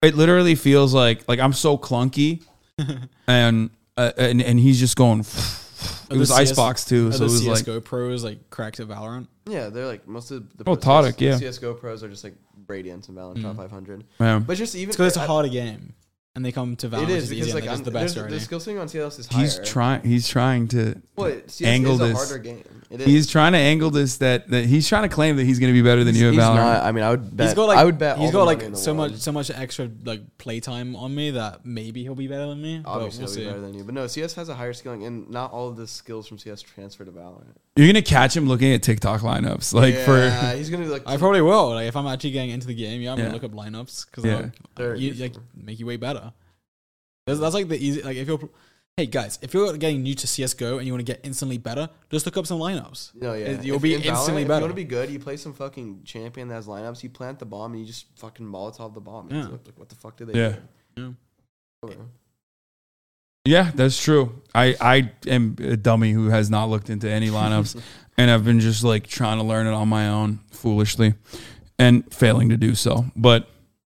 Speaker 1: it literally feels like like i'm so clunky and uh, and and he's just going (laughs) it
Speaker 3: the
Speaker 1: was
Speaker 3: CS
Speaker 1: icebox too
Speaker 3: Are (laughs)
Speaker 1: so
Speaker 3: the
Speaker 1: it was like
Speaker 3: CS:GO pros like cracked at Valorant.
Speaker 2: yeah, they're like most of the
Speaker 1: Oh,
Speaker 2: pros-
Speaker 1: Todic, yeah. Hmm.
Speaker 2: CS:GO pros are just like Radiant and Valorant top 500.
Speaker 1: man,
Speaker 2: But just even
Speaker 3: It's because it's a
Speaker 2: I-
Speaker 3: harder game, and they come to Valorant.
Speaker 2: It is
Speaker 3: which
Speaker 2: because
Speaker 3: easier,
Speaker 2: like
Speaker 3: and that's
Speaker 2: I'm,
Speaker 3: the best
Speaker 2: there's-
Speaker 3: already.
Speaker 2: the skill ceiling on CLS is higher.
Speaker 1: he's trying he's trying to
Speaker 2: But CS
Speaker 1: angle
Speaker 2: is a
Speaker 1: this.
Speaker 2: harder game. It is.
Speaker 1: he's trying to angle this that that he's trying to claim that he's going to be better than you at
Speaker 2: He's
Speaker 1: Valorant.
Speaker 2: not. I mean, I would bet.
Speaker 3: he's got like
Speaker 2: I would bet. all the
Speaker 3: he's got
Speaker 2: money in
Speaker 3: like
Speaker 2: the
Speaker 3: so
Speaker 2: world.
Speaker 3: much so much extra like playtime on me that maybe he'll be better than me.
Speaker 2: Obviously,
Speaker 3: but
Speaker 2: he'll be
Speaker 3: we'll
Speaker 2: better
Speaker 3: see.
Speaker 2: than you. But no, CS has a higher skilling, and not all of the skills from CS transfer to Valorant.
Speaker 1: You're going to catch him looking at TikTok lineups like for
Speaker 2: yeah, he's gonna be like.
Speaker 3: I probably will. Like if I'm actually getting into the game, yeah, I'm
Speaker 1: Yeah.
Speaker 3: gonna look up lineups because
Speaker 1: Yeah.
Speaker 2: Very
Speaker 3: you like make you way better. That's, that's like the easy. Like if you're, hey guys, if you're getting new to CS:GO and you want to get instantly better, just look up some lineups.
Speaker 2: no, yeah.
Speaker 3: You'll
Speaker 2: If-
Speaker 3: be
Speaker 2: in Valorant,
Speaker 3: instantly
Speaker 2: If you
Speaker 3: better.
Speaker 2: want to be good, you play some fucking champion that has lineups. You plant the bomb, and you just fucking Molotov the bomb. It's
Speaker 3: Yeah.
Speaker 2: Like, what the fuck did they?
Speaker 1: Yeah.
Speaker 2: do? Over.
Speaker 1: Yeah, that's true. I, I am a dummy who has not looked into any
Speaker 2: (laughs)
Speaker 1: lineups, and I've been just like trying to learn it on my own foolishly, and failing to do so. But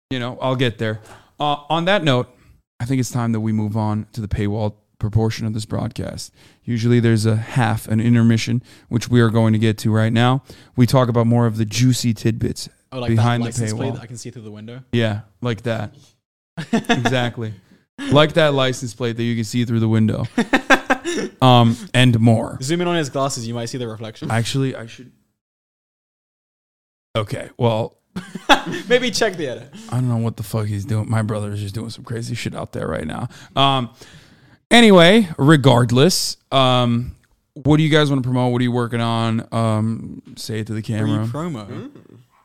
Speaker 1: you know, I'll get there. Uh, on that note, I think it's time that we move on to the paywall proportion of this broadcast. Usually, there's a half an intermission, which we are going to get to right now. We talk about more of the juicy tidbits.
Speaker 3: Oh, like
Speaker 1: Behind
Speaker 3: that
Speaker 1: the
Speaker 3: license plate
Speaker 1: paywall.
Speaker 3: that I can see through the window.
Speaker 1: Yeah, like that.
Speaker 3: (laughs)
Speaker 1: exactly. Like that license plate that you can see through the window. um, and more.
Speaker 3: Zoom in on his glasses, you might see the reflection.
Speaker 1: Actually, I should. Okay, well,
Speaker 3: (laughs) Maybe check the edit.
Speaker 1: I don't know what the fuck he's doing. My brother is just doing some crazy shit out there right now. Um, anyway, regardless, um, what do you guys want to promote? What are you working on? Um, say it to the
Speaker 3: Free
Speaker 1: camera.
Speaker 3: promo.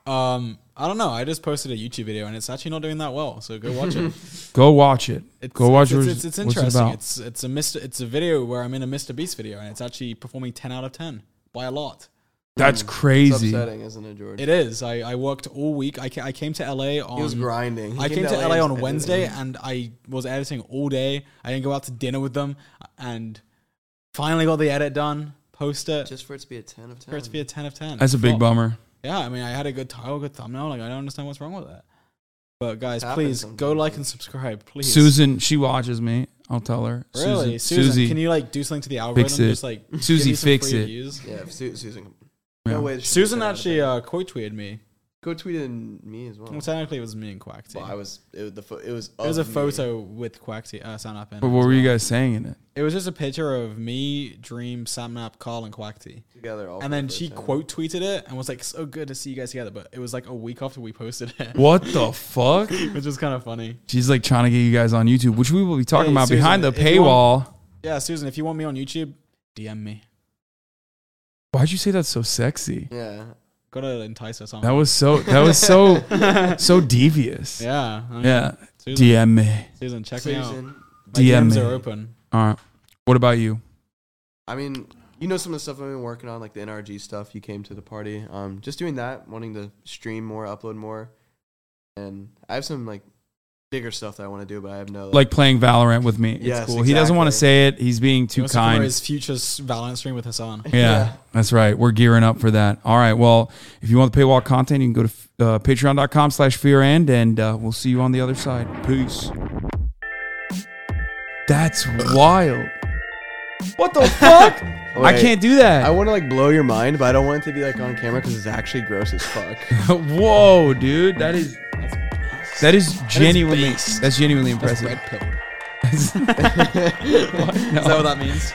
Speaker 2: Mm.
Speaker 3: Um, I don't know. I just posted a YouTube video and it's actually not doing that well. So go
Speaker 2: (laughs)
Speaker 3: watch it.
Speaker 1: Go watch it.
Speaker 3: It's,
Speaker 1: Go watch
Speaker 3: it's,
Speaker 1: it.
Speaker 3: It's, it's
Speaker 1: What's it
Speaker 3: interesting.
Speaker 1: about?
Speaker 3: it's it's a Mr. It's a video where I'm in a Mr. Beast video and it's actually performing 10 out of 10 by a lot.
Speaker 1: That's
Speaker 2: It's
Speaker 1: crazy.
Speaker 2: upsetting, isn't it, George?
Speaker 3: It is. I, I worked all week. I, ca- I came to LA on.
Speaker 2: he was grinding. He
Speaker 3: I came to LA,
Speaker 2: and
Speaker 3: on
Speaker 2: edited.
Speaker 3: Wednesday and I was editing all day. I didn't go out to dinner with them and finally got the edit done. Post it.
Speaker 2: Just for it to be a ten of ten.
Speaker 3: for it to be a 10 of 10.
Speaker 1: That's a big
Speaker 3: Fuck.
Speaker 1: bummer.
Speaker 3: Yeah, I mean, I had a good title, good thumbnail. Like, I don't understand what's wrong with that. But guys,
Speaker 2: Happens
Speaker 3: please go
Speaker 2: sometimes.
Speaker 3: like and subscribe, please.
Speaker 1: Susan, she watches me. I'll tell her.
Speaker 3: really, Susan,
Speaker 1: Susie.
Speaker 3: can you like do something to the algorithm?
Speaker 1: it.
Speaker 3: Just like give
Speaker 1: Susie,
Speaker 3: me some
Speaker 1: fix
Speaker 3: free
Speaker 1: it.
Speaker 3: views?
Speaker 2: Yeah, if Su- Susan.
Speaker 1: Yeah.
Speaker 2: No way. she
Speaker 3: Susan
Speaker 2: said that.
Speaker 3: actually uh, quote tweeted me.
Speaker 2: go tweeted me as well.
Speaker 3: Well, technically, it was me and Quack T.
Speaker 2: Well, I was it was the pho- it was
Speaker 3: it was a
Speaker 2: of me.
Speaker 3: photo with Quack T. Uh, Sam Nap in.
Speaker 1: But
Speaker 3: it
Speaker 1: what
Speaker 3: as
Speaker 1: were you
Speaker 3: well.
Speaker 1: guys saying in it?
Speaker 3: It was just a picture of me, Dream, Sam Nap, Carl, and Quack T.
Speaker 2: together. All for
Speaker 3: And then
Speaker 2: the
Speaker 3: she
Speaker 2: first time.
Speaker 3: quote tweeted it and was like, "So good to see you guys together." But it was like a week after we posted it,
Speaker 1: What
Speaker 3: (laughs)
Speaker 1: the fuck?
Speaker 3: which was kind of funny.
Speaker 1: She's like trying to get you guys on YouTube, which we will be talking
Speaker 3: Hey,
Speaker 1: about
Speaker 3: Susan,
Speaker 1: behind the
Speaker 3: if you want-
Speaker 1: paywall.
Speaker 3: Yeah, Susan, if you want me on YouTube, DM me.
Speaker 1: Why'd you say that so sexy?
Speaker 2: Yeah.
Speaker 3: Gotta entice her somehow.
Speaker 1: That was so that was
Speaker 2: (laughs)
Speaker 3: (laughs)
Speaker 1: so so devious. Yeah.
Speaker 3: yeah, I mean, Susan,
Speaker 1: DM me.
Speaker 3: Susan, check me out.
Speaker 2: Susan.
Speaker 3: My
Speaker 1: DM
Speaker 3: DMs
Speaker 1: me.
Speaker 3: are open.
Speaker 1: All right. What about you?
Speaker 2: I mean, you know some of the stuff I've been working on, like the NRG stuff. You came to the party. Um, just doing that, wanting to stream more, upload more, and I have some like bigger stuff that I want to do, but I have no
Speaker 1: Like playing Valorant with me. It's
Speaker 2: Yes,
Speaker 1: cool. He doesn't
Speaker 2: exactly.
Speaker 1: want to say it. He's being
Speaker 3: He
Speaker 1: too
Speaker 3: wants to promote
Speaker 1: kind.
Speaker 3: His future s- Valorant stream with Hassan.
Speaker 1: Yeah, that's right. We're gearing up for that. All right. Well, if you want the paywall content, you can go to uh, patreon.com slash fear and, and uh, we'll see you on the other side. Peace. That's wild. What the
Speaker 2: (laughs)
Speaker 1: fuck? (laughs) I
Speaker 2: Wait,
Speaker 1: can't do that.
Speaker 2: I want to like blow your mind, but I don't want it to be like on camera because it's actually gross as
Speaker 3: (laughs)
Speaker 2: fuck.
Speaker 1: (laughs) Whoa, dude. That is that is genuinely
Speaker 3: beast.
Speaker 1: that's genuinely
Speaker 3: That's
Speaker 1: impressive.
Speaker 3: red pilled. (laughs) Is
Speaker 1: (laughs) No,
Speaker 3: that what that means?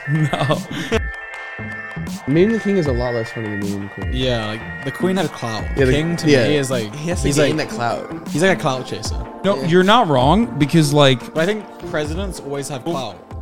Speaker 1: no.
Speaker 2: Meeting the king is a lot less funny than meeting the queen.
Speaker 3: Yeah, like the queen had clout.
Speaker 2: Yeah, the-
Speaker 3: King to
Speaker 2: yeah.
Speaker 3: me is like
Speaker 2: He has to
Speaker 3: he's
Speaker 2: gain
Speaker 3: like
Speaker 2: that clout.
Speaker 3: he's like a clout chaser.
Speaker 1: No, you're not wrong because like
Speaker 3: But I think presidents always have clout.